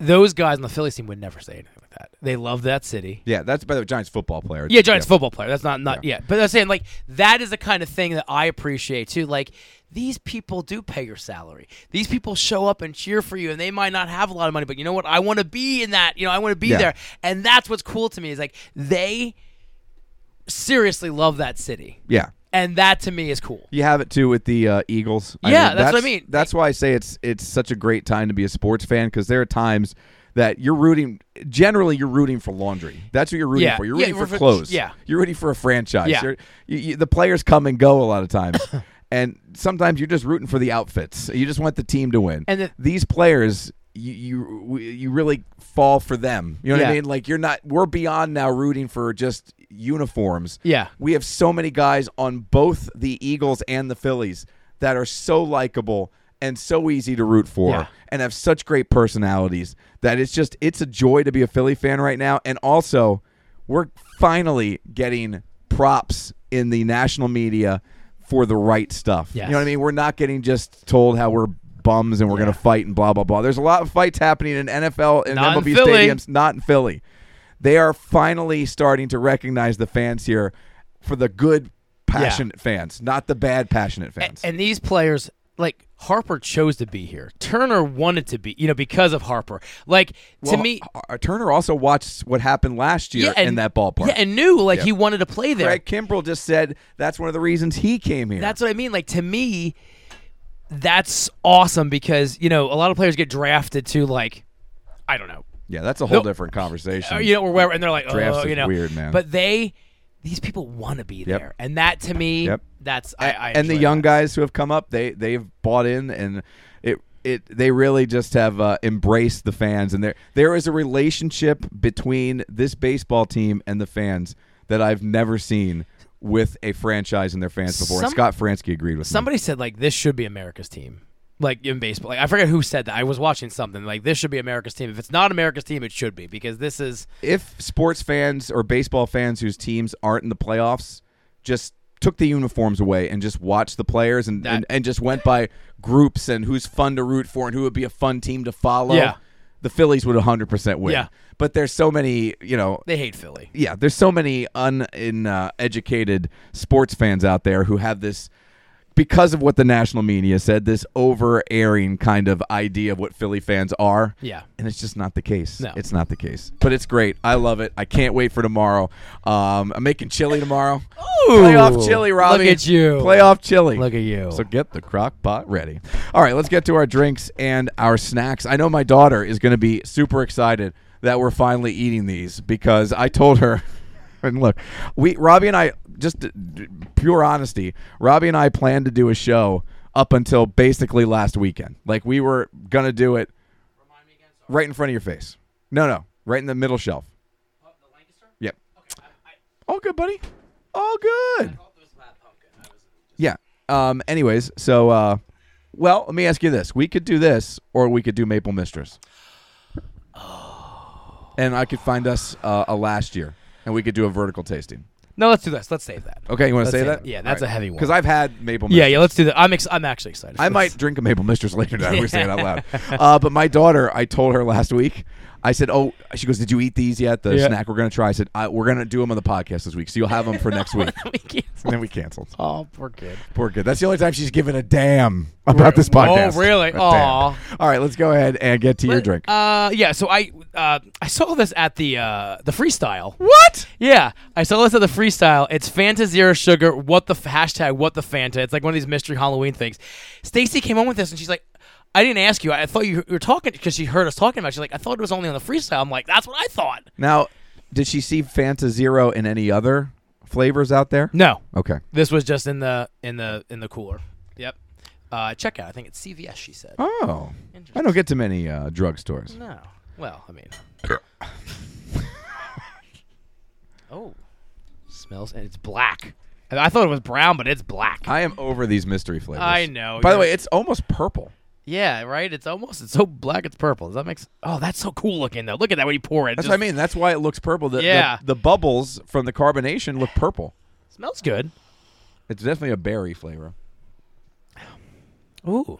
Speaker 1: Those guys on the Phillies team would never say anything like that. They love that city.
Speaker 2: Yeah. That's by the way, Giants football player.
Speaker 1: Yeah, Giants football player. That's not not yet. But I'm saying like that is the kind of thing that I appreciate too. Like these people do pay your salary. These people show up and cheer for you, and they might not have a lot of money, but you know what? I want to be in that. You know, I want to be
Speaker 2: Yeah.
Speaker 1: there, and that's what's cool to me is like they seriously love that city,
Speaker 2: Yeah.
Speaker 1: and that to me is cool.
Speaker 2: You have it too with the uh, Eagles.
Speaker 1: Yeah, that's what I mean.
Speaker 2: That's why I say it's it's such a great time to be a sports fan because there are times that you're rooting. Generally, you're rooting for laundry. That's what you're rooting
Speaker 1: Yeah.
Speaker 2: for. You're
Speaker 1: Yeah,
Speaker 2: rooting
Speaker 1: we're
Speaker 2: for
Speaker 1: for-
Speaker 2: clothes.
Speaker 1: yeah.
Speaker 2: you're rooting for a franchise.
Speaker 1: Yeah.
Speaker 2: You're, you, you, the players come and go a lot
Speaker 1: *laughs*
Speaker 2: of times, and sometimes you're just rooting for the outfits. You just want the team to win.
Speaker 1: And the-
Speaker 2: these players. You, you we- you really fall for them. You know what
Speaker 1: Yeah.
Speaker 2: I mean? Like you're not. We're beyond now rooting for just uniforms.
Speaker 1: Yeah.
Speaker 2: We have so many guys on both the Eagles and the Phillies that are so likable and so easy to root for
Speaker 1: Yeah.
Speaker 2: and have such great personalities that it's just it's a joy to be a Philly fan right now and also we're finally getting props in the national media for the right stuff.
Speaker 1: Yes.
Speaker 2: You know what I mean? We're not getting just told how we're bums and we're going to fight and blah blah blah. There's a lot of fights happening in NFL and
Speaker 1: Not in
Speaker 2: MLB
Speaker 1: Philly.
Speaker 2: stadiums, not in Philly. They are finally starting to recognize the fans here for the good passionate fans, not the bad passionate fans.
Speaker 1: And these players, like Harper, chose to be here. Turner wanted to be, you know, because of Harper. Like to
Speaker 2: Well,
Speaker 1: me,
Speaker 2: Har- Har- Turner also watched what happened last year in that ballpark.
Speaker 1: Yeah, and knew like
Speaker 2: Yeah.
Speaker 1: he wanted to play there.
Speaker 2: Greg Kimbrell just said that's one of the reasons he came here.
Speaker 1: That's what I mean. Like to me, that's awesome because you know a lot of players get drafted to like, I don't know,
Speaker 2: yeah, that's a whole
Speaker 1: No.
Speaker 2: different conversation.
Speaker 1: or, you know, or wherever, and they're like,
Speaker 2: Drafts
Speaker 1: oh, you
Speaker 2: is
Speaker 1: know,
Speaker 2: weird, man.
Speaker 1: But they, these people want to be there, and that to me,
Speaker 2: Yep.
Speaker 1: that's I, I
Speaker 2: and the
Speaker 1: enjoy
Speaker 2: young
Speaker 1: that.
Speaker 2: guys who have come up, they they've bought in and it it they really just have uh, embraced the fans and there there is a relationship between this baseball team and the fans that I've never seen with a franchise and their fans before. and
Speaker 1: Some-
Speaker 2: Scott Fransky agreed with me.
Speaker 1: Somebody said like this should be America's team. Like in baseball, like I forget who said that. I was watching something like this should be America's team. If it's not America's team, it should be because this is
Speaker 2: if sports fans or baseball fans whose teams aren't in the playoffs just took the uniforms away and just watched the players and,
Speaker 1: That-
Speaker 2: and, and just went by groups and who's fun to root for and who would be a fun team to follow,
Speaker 1: Yeah.
Speaker 2: the Phillies would 100% win.
Speaker 1: Yeah.
Speaker 2: But there's so many, you know,
Speaker 1: they hate Philly.
Speaker 2: yeah, there's so many uneducated uh, educated sports fans out there who have this because of what the national media said, this over airing kind of idea of what Philly fans are.
Speaker 1: Yeah.
Speaker 2: And it's just not the case.
Speaker 1: No.
Speaker 2: It's not the case. But it's great. I love it. I can't wait for tomorrow. Um, I'm making chili tomorrow.
Speaker 1: Ooh.
Speaker 2: Playoff chili,
Speaker 1: Look
Speaker 2: Robbie.
Speaker 1: at you.
Speaker 2: Playoff chili.
Speaker 1: Look at you.
Speaker 2: So get the crock pot ready. All right, let's get to our drinks and our snacks. I know my daughter is going to be super excited that we're finally eating these because I told her. *laughs* And look, we Robbie and I just d- d- pure honesty. Robbie and I planned to do a show up until basically last weekend. Like we were gonna do it right in front of your face. No, no, right in the middle shelf. Yep. All good, buddy. All good. Yeah. Um. Anyways, so uh, well, let me ask you this: we could do this, or we could do Maple Mistress.
Speaker 1: Oh.
Speaker 2: And I could find us uh, a last year, and we could do a vertical tasting.
Speaker 1: No, let's do this. Let's save that.
Speaker 2: Okay, you want
Speaker 1: Let's
Speaker 2: to say
Speaker 1: save
Speaker 2: that?
Speaker 1: it. Yeah, that's a heavy one.
Speaker 2: Because I've had Maple.
Speaker 1: Yeah,
Speaker 2: Mistress.
Speaker 1: yeah. Let's do that. I'm ex- I'm actually excited.
Speaker 2: I might drink a maple mistress later. Now we're saying it out
Speaker 1: *laughs*
Speaker 2: loud. Uh, but my daughter, I told her last week. I said, "Oh," she goes, "Did you eat these yet? The
Speaker 1: Yeah.
Speaker 2: snack we're gonna try." I said, I, "We're gonna do them on the podcast this week, so you'll have them
Speaker 1: *laughs*
Speaker 2: for next week."
Speaker 1: we canceled.
Speaker 2: And then we canceled.
Speaker 1: Oh, poor kid.
Speaker 2: Poor kid. That's the only time she's given a damn about this
Speaker 1: Whoa,
Speaker 2: podcast.
Speaker 1: Oh, really?
Speaker 2: A damn.
Speaker 1: Aw.
Speaker 2: All right, let's go ahead and get to your drink.
Speaker 1: Uh, yeah. So I uh, I saw this at the uh, the freestyle. What? Yeah, I saw this at the freestyle. It's Fanta Zero Sugar. What the f- hashtag? What the Fanta? It's like one of these mystery Halloween things. Stacy came home with this, and she's like. I didn't ask you. I I thought you were talking because she heard us talking about. It. She's like, I thought it was only on the freestyle. I'm like, that's what I thought.
Speaker 2: now, did she see Fanta Zero in any other flavors out there?
Speaker 1: No,
Speaker 2: Okay.
Speaker 1: this was just in the in the in the cooler. Yep. Uh, check out. I think it's CVS. She said.
Speaker 2: Oh, I don't get to many uh, drugstores.
Speaker 1: No. Well, I mean. *laughs* oh, smells and it's black. I I thought it was brown, but it's black.
Speaker 2: I am over these mystery flavors.
Speaker 1: I know,
Speaker 2: By the
Speaker 1: you're-
Speaker 2: way, it's almost purple.
Speaker 1: yeah, right. It's almost it's so black it's purple. Does that make? s- Oh, that's so cool looking though. Look at that when you pour it.
Speaker 2: That's
Speaker 1: Just-
Speaker 2: what I mean. That's why it looks purple. The, the-
Speaker 1: Yeah.
Speaker 2: the, bubbles from the carbonation look purple.
Speaker 1: Smells good.
Speaker 2: It's definitely a berry flavor.
Speaker 1: Ooh,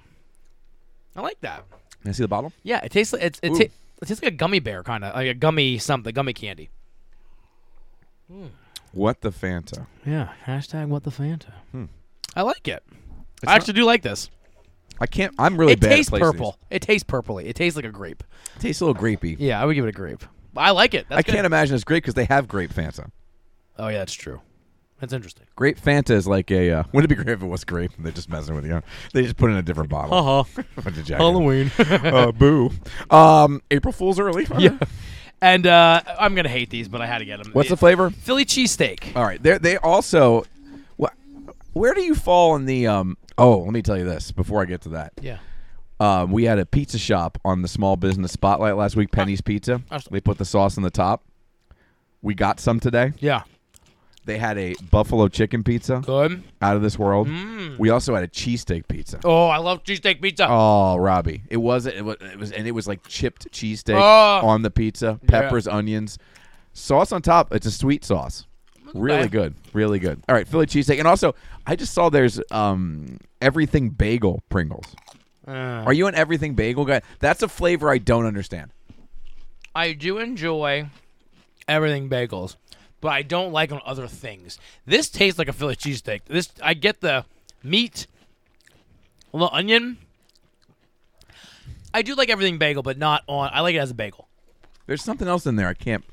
Speaker 1: I like that.
Speaker 2: Can I see the bottle?
Speaker 1: Yeah, it tastes like it's, it,
Speaker 2: Ooh.
Speaker 1: ta- it tastes like a gummy bear kind of like a gummy something gummy candy.
Speaker 2: What the Fanta?
Speaker 1: Yeah. Hashtag what the Fanta.
Speaker 2: Hmm.
Speaker 1: I like it. I actually do like this.
Speaker 2: I can't. I'm really
Speaker 1: it
Speaker 2: bad. at
Speaker 1: tastes
Speaker 2: placing
Speaker 1: purple. It tastes purpley. It tastes like a grape.
Speaker 2: these. It tastes a little grapey.
Speaker 1: Yeah, I would give it a grape. I like it. That's
Speaker 2: I
Speaker 1: good.
Speaker 2: can't imagine it's grape because they have grape Fanta.
Speaker 1: Oh yeah, that's true. That's interesting.
Speaker 2: Grape Fanta is like a. Uh, *laughs* wouldn't it be great if it was grape? and They're just messing with you. They just put it in a different bottle. *laughs*
Speaker 1: huh.
Speaker 2: What a jacket.
Speaker 1: Uh-huh. Halloween.
Speaker 2: *laughs* uh, boo. Um, April Fool's early.
Speaker 1: *laughs* yeah. And uh, I'm gonna hate these, but I had to get them.
Speaker 2: *laughs* What's the flavor?
Speaker 1: Philly cheesesteak?
Speaker 2: All right. They they also. Wh- where do you fall in the? Um, oh, let me tell you this before I get to that.
Speaker 1: Yeah.
Speaker 2: Um, we had a pizza shop on the small business spotlight last week. Penny's Pizza.
Speaker 1: I saw-
Speaker 2: They put the sauce on the top. We got some today.
Speaker 1: Yeah.
Speaker 2: They had a buffalo chicken pizza
Speaker 1: Good.
Speaker 2: out of this world. We also had a cheesesteak pizza.
Speaker 1: Mm. Oh, I love cheesesteak pizza.
Speaker 2: Oh, Robbie, it wasn't. It was, it was, and it was like chipped cheesesteak
Speaker 1: Oh.
Speaker 2: on the pizza, peppers, onions, sauce on top. It's a sweet sauce. Really
Speaker 1: Okay.
Speaker 2: good, really good. All right, Philly cheesesteak, and also I just saw there's um everything bagel Pringles.
Speaker 1: Uh.
Speaker 2: Are you an everything bagel guy? That's a flavor I don't understand.
Speaker 1: I do enjoy everything bagels, but I don't like on other things. This tastes like a Philly cheesesteak. This I get the meat, a little onion. I do like everything bagel, but not on. I like it as a bagel.
Speaker 2: There's something else in there I can't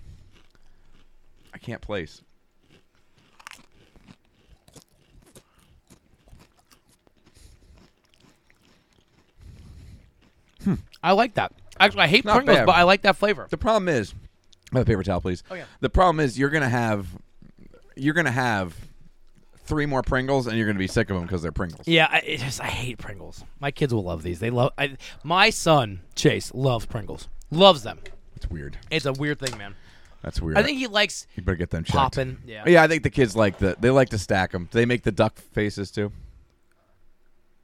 Speaker 2: I can't place.
Speaker 1: I like that. Actually, I hate
Speaker 2: Not
Speaker 1: Pringles,
Speaker 2: bad.
Speaker 1: but I like that flavor.
Speaker 2: The problem is, I have a paper towel, please. Oh
Speaker 1: yeah.
Speaker 2: The problem is you're gonna have you're gonna have three more Pringles, and you're gonna be sick of them because they're Pringles.
Speaker 1: Yeah, I it just I hate Pringles. My kids will love these. They love. I, my son Chase loves Pringles. Loves them.
Speaker 2: It's weird.
Speaker 1: It's a weird thing, man.
Speaker 2: That's weird.
Speaker 1: I think he likes
Speaker 2: you better get them checked.
Speaker 1: popping. Yeah.
Speaker 2: Yeah, I think the kids like the they like to stack them. They make the duck faces too.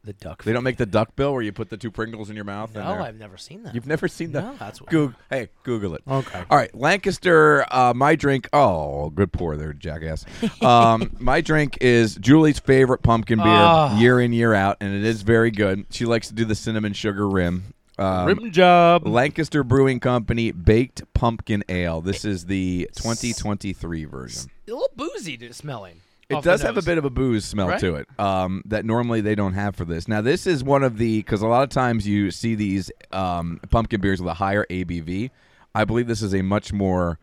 Speaker 1: The duck.
Speaker 2: They don't make the duck bill where you put the two Pringles in your mouth. and
Speaker 1: No,
Speaker 2: they're-
Speaker 1: Oh, I've never seen that.
Speaker 2: *laughs* You've never seen that?
Speaker 1: No, that's what-
Speaker 2: Goog- hey, Google it.
Speaker 1: Okay.
Speaker 2: All right, Lancaster. Uh, my drink. Oh, good pour there, jackass.
Speaker 1: *laughs*
Speaker 2: Um, my drink is Julie's favorite pumpkin beer,
Speaker 1: Ah.
Speaker 2: year in year out, and it is very good. She likes to do the cinnamon sugar rim. Um,
Speaker 1: Rim job.
Speaker 2: Lancaster Brewing Company Baked Pumpkin Ale. This is the 2023 version.
Speaker 1: a little boozy to smelling.
Speaker 2: It
Speaker 1: off the
Speaker 2: does have a
Speaker 1: nose.
Speaker 2: bit of a booze smell
Speaker 1: Right?
Speaker 2: to it um, that normally they don't have for this. Now, this is one of the because a lot of times you see these um, pumpkin beers with a higher ABV. I believe this is a much more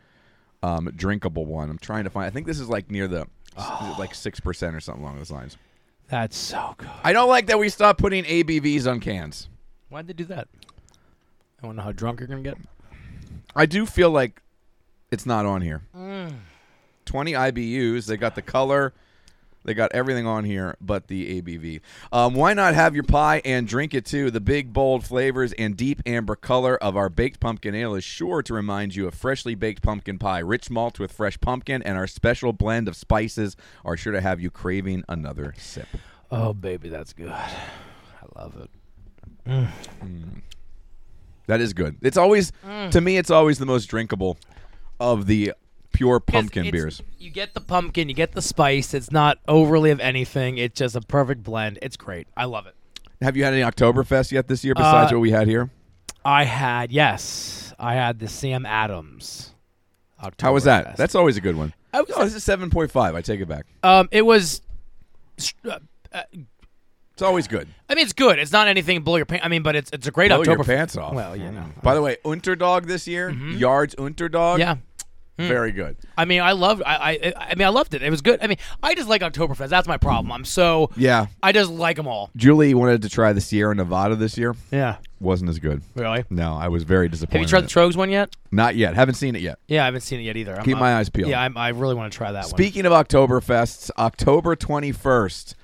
Speaker 2: um, drinkable one. I'm trying to find. I think this is like near the like six percent or something along those lines.
Speaker 1: That's so good.
Speaker 2: I don't like that we stopped putting ABVs on cans.
Speaker 1: Why'd they do that? I don't know how drunk you're gonna get.
Speaker 2: I do feel like it's not on here. 20 IBUs. They got the color. They got everything on here but the ABV. Um, why not have your pie and drink it too? The big, bold flavors and deep amber color of our baked pumpkin ale is sure to remind you of freshly baked pumpkin pie. Rich malts with fresh pumpkin and our special blend of spices are sure to have you craving another sip.
Speaker 1: Oh baby, that's good. I love it.
Speaker 2: That is good. It's always, to me, it's always the most drinkable of the pure pumpkin beers.
Speaker 1: You get the pumpkin, you get the spice. It's not overly of anything. It's just a perfect blend. It's great. I love it.
Speaker 2: Have you had any Oktoberfest yet this year besides
Speaker 1: Uh,
Speaker 2: what we had here?
Speaker 1: I had yes, I had the Sam Adams.
Speaker 2: How was that?
Speaker 1: Oktoberfest.
Speaker 2: That's always a good one. oh, this is seven point five. I take it back.
Speaker 1: um, it was. str- uh,
Speaker 2: It's always good.
Speaker 1: I mean, it's good. It's not anything to blow your pants. I mean, but it's it's a great
Speaker 2: Blow your
Speaker 1: Oktoberfest.
Speaker 2: pants off.
Speaker 1: Well, you know. Mm-hmm.
Speaker 2: By the way, Unterdog this year, yards Unterdog.
Speaker 1: Yeah. Mm.
Speaker 2: very good.
Speaker 1: I mean, I loved. I, I I mean, I loved it. It was good. I mean, I just like Oktoberfest. That's my problem. I'm so
Speaker 2: Yeah.
Speaker 1: I just like them all.
Speaker 2: Julie wanted to try the Sierra Nevada this year.
Speaker 1: Yeah.
Speaker 2: Wasn't as good.
Speaker 1: Really?
Speaker 2: No, I was very disappointed.
Speaker 1: Have you tried
Speaker 2: in
Speaker 1: the
Speaker 2: it.
Speaker 1: Trogs one yet?
Speaker 2: Not yet. Haven't seen it yet.
Speaker 1: Yeah, I haven't seen it yet either. I'm,
Speaker 2: Keep
Speaker 1: I'm-
Speaker 2: my eyes peeled.
Speaker 1: Yeah, I'm, I really want to try that one.
Speaker 2: Speaking of Oktoberfests, October 21st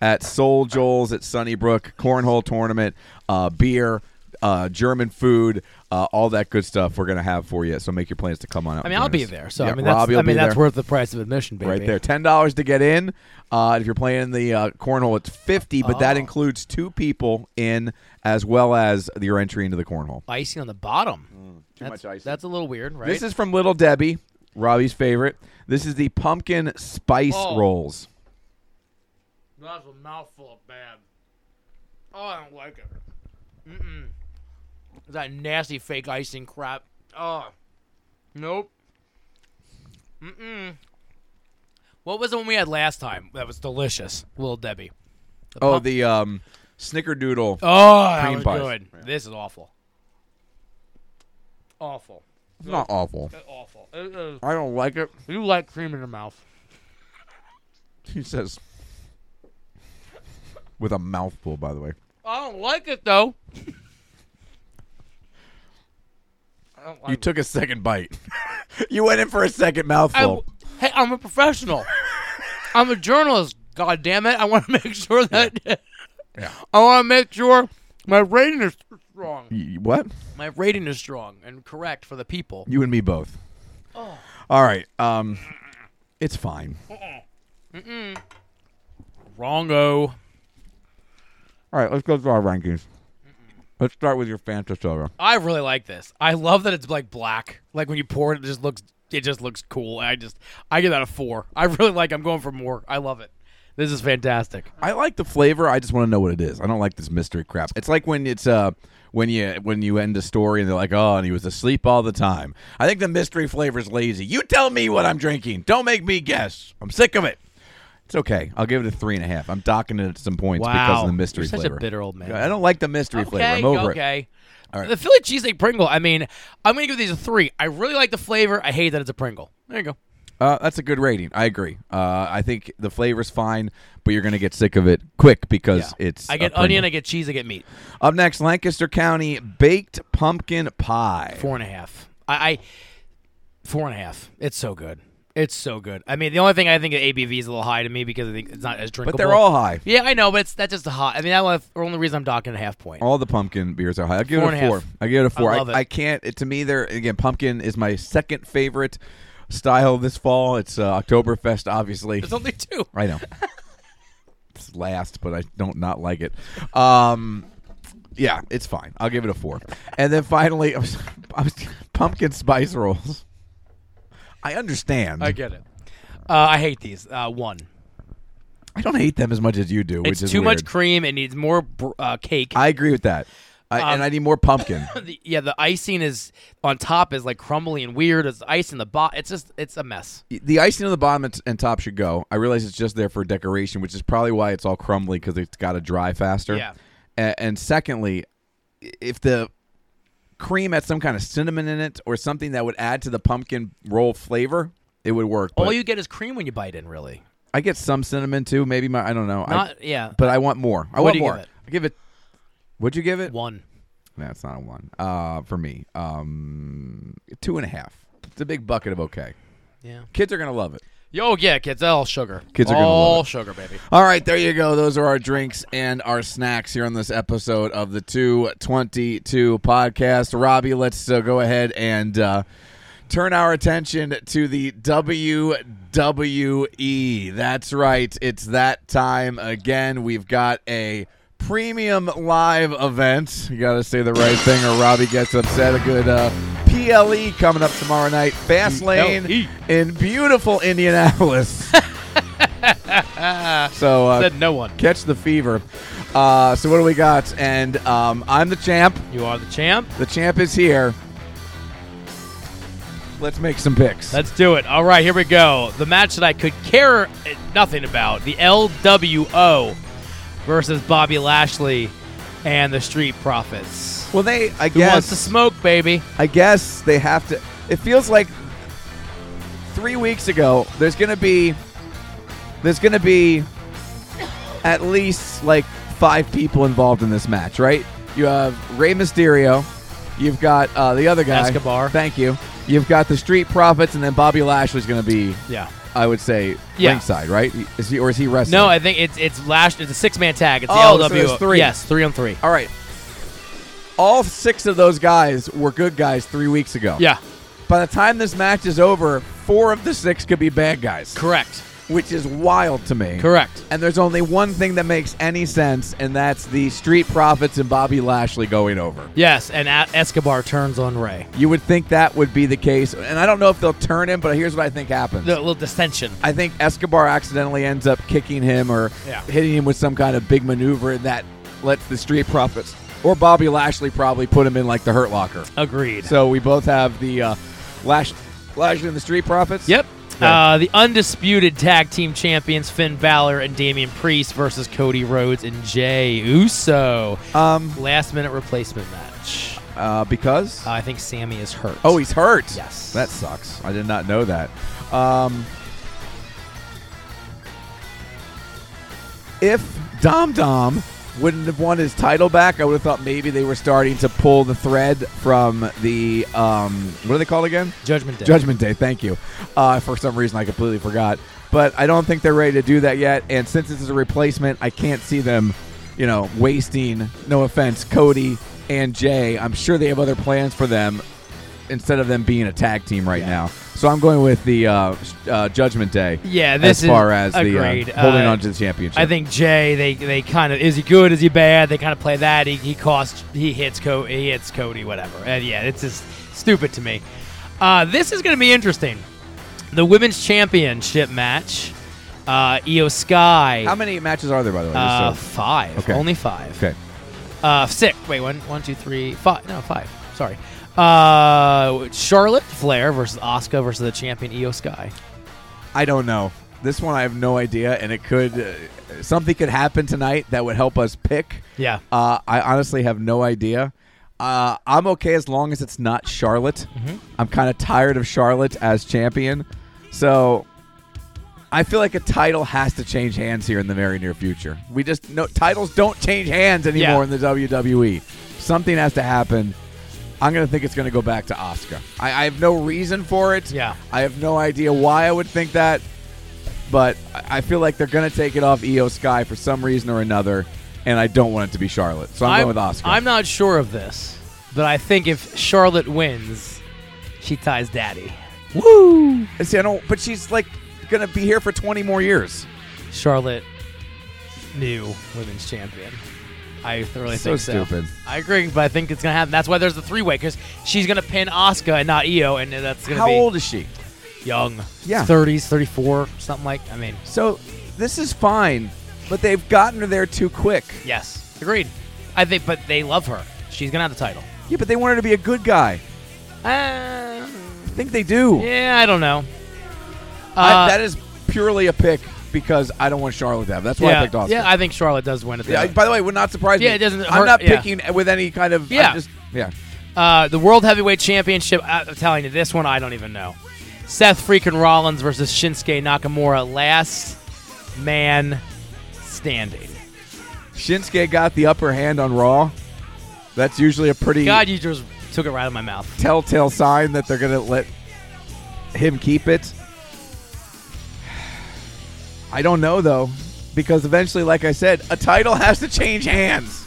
Speaker 2: at Soul Joel's at Sunnybrook, cornhole tournament, uh, beer, uh, German food, uh, all that good stuff we're going to have for you. So make your plans to come on out.
Speaker 1: I
Speaker 2: and
Speaker 1: mean,
Speaker 2: join
Speaker 1: I'll be
Speaker 2: us.
Speaker 1: there. So
Speaker 2: Yeah,
Speaker 1: I mean, that's,
Speaker 2: Robbie will
Speaker 1: I mean,
Speaker 2: be
Speaker 1: that's
Speaker 2: there.
Speaker 1: worth the price of admission, baby.
Speaker 2: Right there, ten dollars to get in. Uh, if you're playing the uh, cornhole, it's fifty, but
Speaker 1: Oh.
Speaker 2: that includes two people in, as well as your entry into the cornhole.
Speaker 1: Icing on the bottom. too that's,
Speaker 2: Mm. much icing.
Speaker 1: That's a little weird, right?
Speaker 2: This is from Little Debbie, Robbie's favorite. This is the pumpkin spice
Speaker 1: Oh.
Speaker 2: rolls.
Speaker 1: that's a mouthful of bad. Oh, I don't like it. Mm-mm. That nasty fake icing crap. Oh, nope. Mm-mm. What was the one we had last time that was delicious? Little Debbie.
Speaker 2: Oh, the um, snickerdoodle.
Speaker 1: Oh, that
Speaker 2: Cream
Speaker 1: was
Speaker 2: pies.
Speaker 1: good. This is awful. Awful.
Speaker 2: It's not awful.
Speaker 1: Awful. It is-
Speaker 2: I don't like it. *laughs*
Speaker 1: you like cream in your mouth.
Speaker 2: He says with a mouthful, by the way.
Speaker 1: I don't like it though. *laughs* I don't like
Speaker 2: You
Speaker 1: it.
Speaker 2: took a second bite. *laughs* you went in for a second
Speaker 1: I
Speaker 2: mouthful.
Speaker 1: w- hey, I'm a professional. I'm a journalist. God damn it! I want to make sure that *laughs* I want to make sure my rating is strong.
Speaker 2: Y- what?
Speaker 1: My rating is strong and correct for the people.
Speaker 2: You and me both.
Speaker 1: Oh.
Speaker 2: All right. Um, it's fine. All
Speaker 1: Wrongo.
Speaker 2: right. Let's go through our rankings. Let's start with your Fanta soda.
Speaker 1: I really like this. I love that it's like black. Like when you pour it, it just looks it just looks cool. I just I give that a four. I really like. I'm going for more. I love it. This is fantastic.
Speaker 2: I like the flavor. I just want to know what it is. I don't like this mystery crap. It's like when it's uh when you when you end a story and they're like, oh, and he was asleep all the time. I think the mystery flavor's lazy. You tell me what I'm drinking. Don't make me guess. I'm sick of it. It's okay. I'll give it a three and a half. I'm docking it some points because
Speaker 1: Wow.
Speaker 2: of the mystery
Speaker 1: You're such a
Speaker 2: flavor.
Speaker 1: bitter old man.
Speaker 2: I don't like the mystery flavor. I'm over it.
Speaker 1: okay.
Speaker 2: All right.
Speaker 1: The Philly cheesesteak Pringle. I mean, I'm gonna give these a three. I really like the flavor. I hate that it's a Pringle. There you go.
Speaker 2: Uh, that's a good rating. I agree. Uh, I think the flavor's fine, but you're gonna get sick of it quick because it's.
Speaker 1: I
Speaker 2: a
Speaker 1: get onion.
Speaker 2: Pringle.
Speaker 1: I get cheese. I get meat.
Speaker 2: Up next, Lancaster County baked pumpkin pie.
Speaker 1: Four and a half. I, I four and a half. It's so good. It's so good. I mean, the only thing I think the ABV is a little high to me because I think it's not as drinkable.
Speaker 2: But they're all high.
Speaker 1: Yeah, I know, but it's that's just the hot. I mean, that's the only reason I'm docking a half *laughs* point.
Speaker 2: All the pumpkin beers are high. I'll give
Speaker 1: Four
Speaker 2: it
Speaker 1: and
Speaker 2: a
Speaker 1: a
Speaker 2: four.
Speaker 1: half.
Speaker 2: I give it a four.
Speaker 1: I love it.
Speaker 2: can't. It, to me, they're again. Pumpkin is my second favorite style this fall. It's uh, Oktoberfest, obviously.
Speaker 1: There's only two. *laughs*
Speaker 2: I know. it's last, but I don't not like it. Um, yeah, it's fine. I'll give it a four. And then finally, I was, I was, pumpkin spice rolls. I understand.
Speaker 1: I get it. Uh, I hate these. Uh, one.
Speaker 2: I don't hate them as much as you do, which
Speaker 1: It's
Speaker 2: is
Speaker 1: too much
Speaker 2: weird.
Speaker 1: cream. It needs more br- uh, cake.
Speaker 2: I agree with that. I,
Speaker 1: Um,
Speaker 2: and I need
Speaker 1: *laughs*
Speaker 2: more pumpkin.
Speaker 1: The- yeah, the icing is on top is like crumbly and weird. It's ice in the bottom. It's just it's a mess.
Speaker 2: the icing on the bottom and, and top should go. I realize it's just there for decoration, which is probably why it's all crumbly because it's got to dry faster.
Speaker 1: Yeah.
Speaker 2: And, and secondly, i- if the cream had some kind of cinnamon in it or something that would add to the pumpkin roll flavor, it would work.
Speaker 1: All
Speaker 2: but
Speaker 1: you get is cream when you bite in. Really,
Speaker 2: I get some cinnamon too. Maybe my I don't know. I-
Speaker 1: Not- yeah.
Speaker 2: But I want more. I
Speaker 1: What
Speaker 2: want
Speaker 1: do you
Speaker 2: more.
Speaker 1: give it?
Speaker 2: I give it. Would you give it?
Speaker 1: one.
Speaker 2: That's not a one. Uh, for me, um, two and a half. It's a big bucket of okay.
Speaker 1: Yeah.
Speaker 2: Kids are gonna love it.
Speaker 1: Yo, yeah, kids, all sugar.
Speaker 2: Kids are gonna love
Speaker 1: all
Speaker 2: it.
Speaker 1: sugar, baby.
Speaker 2: All right, there you go. Those are our drinks and our snacks here on this episode of the 222 podcast. Robbie, let's uh, go ahead and uh, turn our attention to the WWE. That's right. It's that time again. We've got a premium live event. You got to say the right thing or Robbie gets upset. A good uh, PLE coming up tomorrow night. Fastlane in beautiful Indianapolis. *laughs* So uh,
Speaker 1: Said no one.
Speaker 2: Catch the fever. Uh, so what do we got? And um, I'm the champ.
Speaker 1: You are the champ.
Speaker 2: The champ is here. Let's make some picks.
Speaker 1: Let's do it. All right, here we go. The match that I could care uh, nothing about the LWO versus Bobby Lashley and the Street Profits.
Speaker 2: well, they. I
Speaker 1: Who wants to
Speaker 2: guess.
Speaker 1: smoke, baby?
Speaker 2: I guess they have to. It feels like three weeks ago. There's gonna be. There's gonna be at least like five people involved in this match, right? You have Rey Mysterio. You've got uh, the other guy.
Speaker 1: Escobar.
Speaker 2: Thank you. You've got the Street Profits, and then Bobby Lashley's going to be
Speaker 1: Yeah.
Speaker 2: I would say
Speaker 1: Yeah.
Speaker 2: ringside, right? Is he or is he wrestling?
Speaker 1: No, I think it's it's Lash. It's a six man tag. It's
Speaker 2: Oh, so
Speaker 1: the LWO.
Speaker 2: there's three.
Speaker 1: Yes, three on three.
Speaker 2: All right. All six of those guys were good guys three weeks ago.
Speaker 1: Yeah,
Speaker 2: By the time this match is over, four of the six could be bad guys,
Speaker 1: correct,
Speaker 2: which is wild to me.
Speaker 1: correct.
Speaker 2: And there's only one thing that makes any sense, and that's the Street Profits and Bobby Lashley going over.
Speaker 1: Yes, and A- Escobar turns on Ray.
Speaker 2: You would think that would be the case, and I don't know if they'll turn him, but here's what I think happens.
Speaker 1: The little dissension.
Speaker 2: I think Escobar accidentally ends up kicking him or
Speaker 1: Yeah.
Speaker 2: hitting him with some kind of big maneuver and that lets the Street Profits or Bobby Lashley probably put him in like the Hurt Locker.
Speaker 1: Agreed.
Speaker 2: So we both have the uh, Lash- Lashley and the Street Profits.
Speaker 1: Yep.
Speaker 2: Yeah.
Speaker 1: Uh, the undisputed tag team champions Finn Balor and Damian Priest versus Cody Rhodes and Jay Uso.
Speaker 2: Um,
Speaker 1: Last minute replacement match.
Speaker 2: uh, because
Speaker 1: Uh, I think Sammy is hurt.
Speaker 2: oh, he's hurt.
Speaker 1: Yes.
Speaker 2: that sucks. I did not know that. Um, if Dom Dom wouldn't have won his title back, I would have thought maybe they were starting to pull the thread from the um, what are they called again?
Speaker 1: Judgment Day.
Speaker 2: *laughs* Judgment Day. Thank you. Uh, for some reason, I completely forgot, but I don't think they're ready to do that yet. And since this is a replacement, I can't see them, you know, wasting. No offense, Cody and Jay. I'm sure they have other plans for them instead of them being a tag team right now. So I'm going with the uh, s- uh, Judgment Day.
Speaker 1: Yeah, this
Speaker 2: as far
Speaker 1: is-
Speaker 2: as the
Speaker 1: agreed.
Speaker 2: uh, holding
Speaker 1: Uh,
Speaker 2: on to the championship.
Speaker 1: I think Jay, they, they kind of is he good? Is he bad? They kind of play that. He, he costs, he hits Co, he hits Cody, whatever. And yeah, it's just stupid to me. Uh, this is going to be interesting. The women's championship match. uh, Io Sky.
Speaker 2: How many matches are there, by the way? Just
Speaker 1: Uh,
Speaker 2: so-
Speaker 1: five.
Speaker 2: Okay.
Speaker 1: Only five.
Speaker 2: okay.
Speaker 1: Uh, six. Wait, one, one, two, three, five. No, five. Sorry. Uh, Charlotte Flair versus Oscar versus the champion Io Sky.
Speaker 2: I don't know. This one I have no idea, and it could uh, something could happen tonight that would help us pick.
Speaker 1: Yeah.
Speaker 2: Uh, I honestly have no idea. Uh, I'm okay as long as it's not Charlotte.
Speaker 1: Mm-hmm.
Speaker 2: I'm kind of tired of Charlotte as champion, so I feel like a title has to change hands here in the very near future. We just no titles don't change hands
Speaker 1: Yeah.
Speaker 2: anymore in the WWE. Something has to happen. I'm gonna think it's gonna go back to Oscar. I, I have no reason for it.
Speaker 1: Yeah.
Speaker 2: I have no idea why I would think that, but I I feel like they're gonna take it off EO Sky for some reason or another, and I don't want it to be Charlotte. So I'm, going with Oscar.
Speaker 1: I'm not sure of this, but I think if Charlotte wins, she ties Daddy.
Speaker 2: woo. See, I don't. But she's like gonna be here for 20 more years.
Speaker 1: Charlotte, new women's champion. I really
Speaker 2: So
Speaker 1: think so.
Speaker 2: stupid.
Speaker 1: I agree, but I think it's gonna happen. That's why there's the three way because she's gonna pin Oscar and not Io, and that's gonna
Speaker 2: How
Speaker 1: be
Speaker 2: old is she?
Speaker 1: young.
Speaker 2: Yeah.
Speaker 1: 30s, 34, something like. I mean,
Speaker 2: So this is fine, but they've gotten her there too quick.
Speaker 1: yes, agreed. I think, but they love her. She's gonna have the title.
Speaker 2: Yeah, but they want her to be a good guy.
Speaker 1: Uh,
Speaker 2: I think they do.
Speaker 1: yeah, I don't know.
Speaker 2: I,
Speaker 1: Uh,
Speaker 2: that is purely a pick because I don't want Charlotte to have. That's why
Speaker 1: yeah,
Speaker 2: I picked Oscar.
Speaker 1: yeah, I think Charlotte does win at the
Speaker 2: Yeah, I-
Speaker 1: end.
Speaker 2: by the way, would not surprise me.
Speaker 1: Yeah, it doesn't
Speaker 2: I'm
Speaker 1: hurt-
Speaker 2: not
Speaker 1: yeah.
Speaker 2: picking with any kind of. I
Speaker 1: Yeah.
Speaker 2: just- yeah.
Speaker 1: Uh, the World Heavyweight Championship. I- I'm telling you, this one I don't even know. Seth freaking Rollins versus Shinsuke Nakamura, last man standing.
Speaker 2: Shinsuke got the upper hand on Raw. That's usually a pretty
Speaker 1: God, you just took it right out of my mouth.
Speaker 2: telltale sign that they're going to let him keep it. *sighs* I don't know though, because eventually, like I said, a title has to change hands,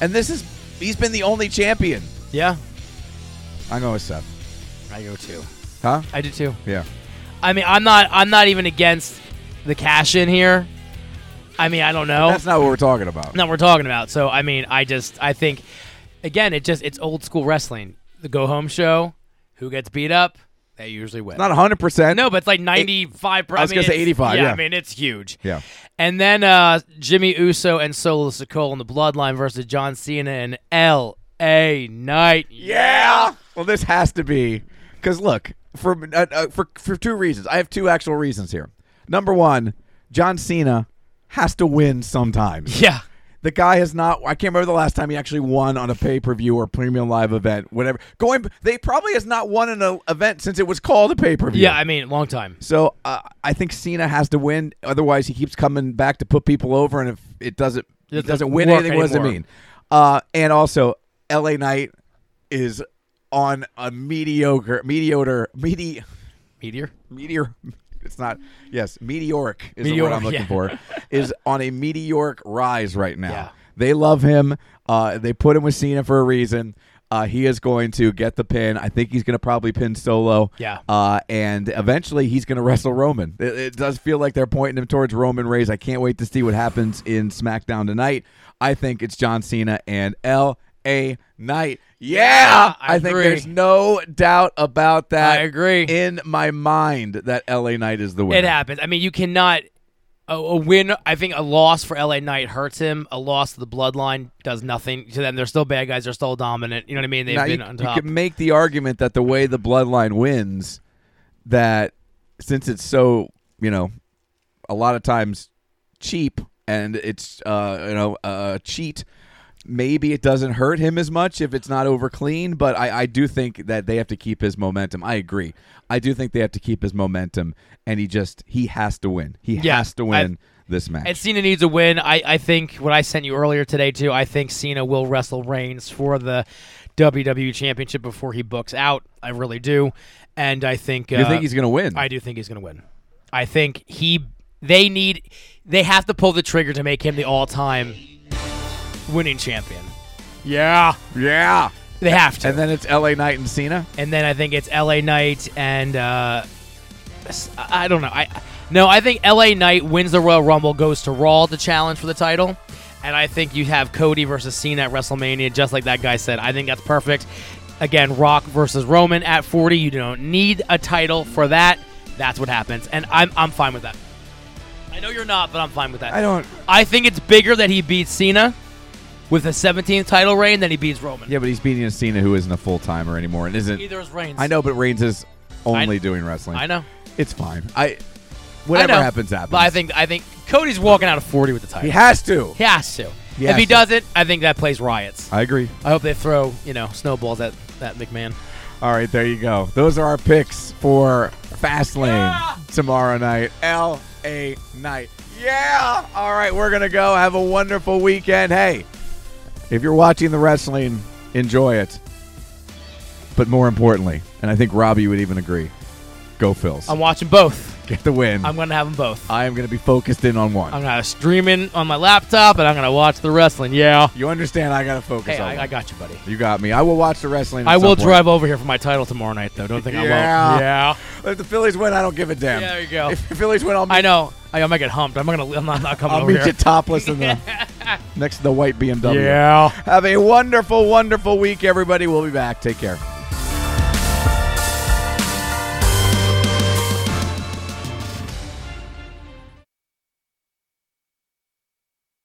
Speaker 2: and this is—he's been the only champion.
Speaker 1: Yeah,
Speaker 2: I'm going with Seth.
Speaker 1: I go too.
Speaker 2: Huh?
Speaker 1: I do too.
Speaker 2: Yeah.
Speaker 1: I mean, I'm not. I'm not even against the cash in here. I mean, I don't know.
Speaker 2: That's not what we're talking about.
Speaker 1: No, we're talking about. So I mean, I just I think again, it just it's old school wrestling. The go home show, who gets beat up, they usually win.
Speaker 2: Not 100. percent
Speaker 1: no, but it's like ninety five.
Speaker 2: I was gonna say 85, yeah.
Speaker 1: I mean it's huge.
Speaker 2: Yeah.
Speaker 1: And then uh, Jimmy Uso and Solo Sikoa in the Bloodline versus John Cena and L.A. Knight.
Speaker 2: Yeah. Well, this has to be because look for uh, uh, for for two reasons. I have two actual reasons here. Number one, John Cena has to
Speaker 1: *laughs*
Speaker 2: win sometimes.
Speaker 1: Yeah.
Speaker 2: The guy has not. I can't remember the last time he actually won on a pay per view or premium live event, whatever. Going, they probably has not won an uh, event since it was called a pay per view.
Speaker 1: Yeah, I mean, long time.
Speaker 2: So uh, I think Cena has to win, otherwise he keeps coming back to put people over, and if it doesn't, it
Speaker 1: doesn't
Speaker 2: doesn't win
Speaker 1: work
Speaker 2: anything. What does it
Speaker 1: anymore.
Speaker 2: mean? Uh, and also, L.A. Knight is on a mediocre, mediocre, medi,
Speaker 1: Meteor.
Speaker 2: meteor. *laughs* It's not. Yes, meteoric is the
Speaker 1: Meteoric,
Speaker 2: word I'm looking
Speaker 1: yeah. *laughs*
Speaker 2: for. Is on a meteoric rise right now.
Speaker 1: Yeah.
Speaker 2: They love him. Uh, they put him with Cena for a reason. Uh, he is going to get the pin. I think he's going to probably pin Solo.
Speaker 1: Yeah.
Speaker 2: Uh, and eventually he's going to wrestle Roman. It, it does feel like they're pointing him towards Roman Reigns. I can't wait to see what happens in SmackDown tonight. I think it's John Cena and L.A. Knight. Yeah.
Speaker 1: I
Speaker 2: think
Speaker 1: agree.
Speaker 2: there's no doubt about that.
Speaker 1: I agree.
Speaker 2: In my mind, that LA Knight is the winner.
Speaker 1: It happens. I mean, you cannot. A, a win, I think a loss for LA Knight hurts him. A loss to the Bloodline does nothing to them. They're still bad guys. They're still dominant. You know what I mean? They've
Speaker 2: Now,
Speaker 1: been
Speaker 2: you,
Speaker 1: on
Speaker 2: you
Speaker 1: top.
Speaker 2: can make the argument that the way the bloodline wins, that since it's so, you know, a lot of times cheap and it's, uh, you know, uh, cheat, maybe it doesn't hurt him as much if it's not over clean, but I, I do think that they have to keep his momentum. I agree. I do think they have to keep his momentum, and he just, he has to win. He
Speaker 1: Yeah,
Speaker 2: has to
Speaker 1: I-
Speaker 2: win this match.
Speaker 1: and Cena needs a win. I, I think what I sent you earlier today too. I think Cena will wrestle Reigns for the WWE Championship before he books out. I really do, and I think
Speaker 2: you
Speaker 1: uh,
Speaker 2: think he's going to win?
Speaker 1: I do think he's going to win. I think he they need they have to pull the trigger to make him the all-time winning champion. Yeah,
Speaker 2: yeah.
Speaker 1: they have to.
Speaker 2: And then it's LA Knight and Cena.
Speaker 1: and then I think it's L.A. Knight and uh, s- I I don't know. I no, I think L.A. Knight wins the Royal Rumble, goes to Raw to challenge for the title, and I think you have Cody versus Cena at WrestleMania, just like that guy said. I think that's perfect. Again, Rock versus Roman at 40. You don't need a title for that. That's what happens, and I'm I'm fine with that. I know you're not, but I'm fine with that.
Speaker 2: I don't.
Speaker 1: I think it's bigger that he beats Cena with a 17th title reign than he beats Roman.
Speaker 2: Yeah, but he's beating a Cena who isn't a full timer anymore and isn't.
Speaker 1: Either is reigns.
Speaker 2: I know, but Reigns is only
Speaker 1: I-
Speaker 2: doing wrestling.
Speaker 1: I know.
Speaker 2: It's fine. I. Whatever
Speaker 1: I know.
Speaker 2: happens, happens.
Speaker 1: But I think I think Cody's walking out of 40 with the title.
Speaker 2: he has to.
Speaker 1: He has to.
Speaker 2: He
Speaker 1: if
Speaker 2: has
Speaker 1: he
Speaker 2: to.
Speaker 1: doesn't, I think that plays riots.
Speaker 2: I agree.
Speaker 1: I hope they throw you know snowballs at that McMahon.
Speaker 2: All right, there you go. Those are our picks for Fastlane tomorrow night. L A night. Yeah. All right, we're gonna go. Have a wonderful weekend. Hey, if you're watching the wrestling, enjoy it. But more importantly, and I think Robbie would even agree, go Phils.
Speaker 1: I'm watching both.
Speaker 2: Get the win.
Speaker 1: I'm gonna have them both.
Speaker 2: I am gonna be focused in on one.
Speaker 1: I'm gonna have streaming on my laptop, and I'm gonna watch the wrestling. Yeah.
Speaker 2: you understand? I gotta focus
Speaker 1: Hey,
Speaker 2: on.
Speaker 1: I,
Speaker 2: one.
Speaker 1: I got you, buddy.
Speaker 2: you got me. I will watch the wrestling. at
Speaker 1: I
Speaker 2: some
Speaker 1: will
Speaker 2: point.
Speaker 1: drive over here for my title tomorrow night, though. Don't think I
Speaker 2: Yeah.
Speaker 1: won't. Yeah.
Speaker 2: If the Phillies win, I don't give a damn.
Speaker 1: Yeah, there you go.
Speaker 2: If the Phillies win, I'll
Speaker 1: I know. I, I might get humped. I'm not gonna. I'm not, not coming
Speaker 2: I'll
Speaker 1: over
Speaker 2: meet
Speaker 1: here.
Speaker 2: you topless
Speaker 1: *laughs*
Speaker 2: in the next to the white BMW.
Speaker 1: yeah.
Speaker 2: Have a wonderful, wonderful week, everybody. We'll be back. Take care.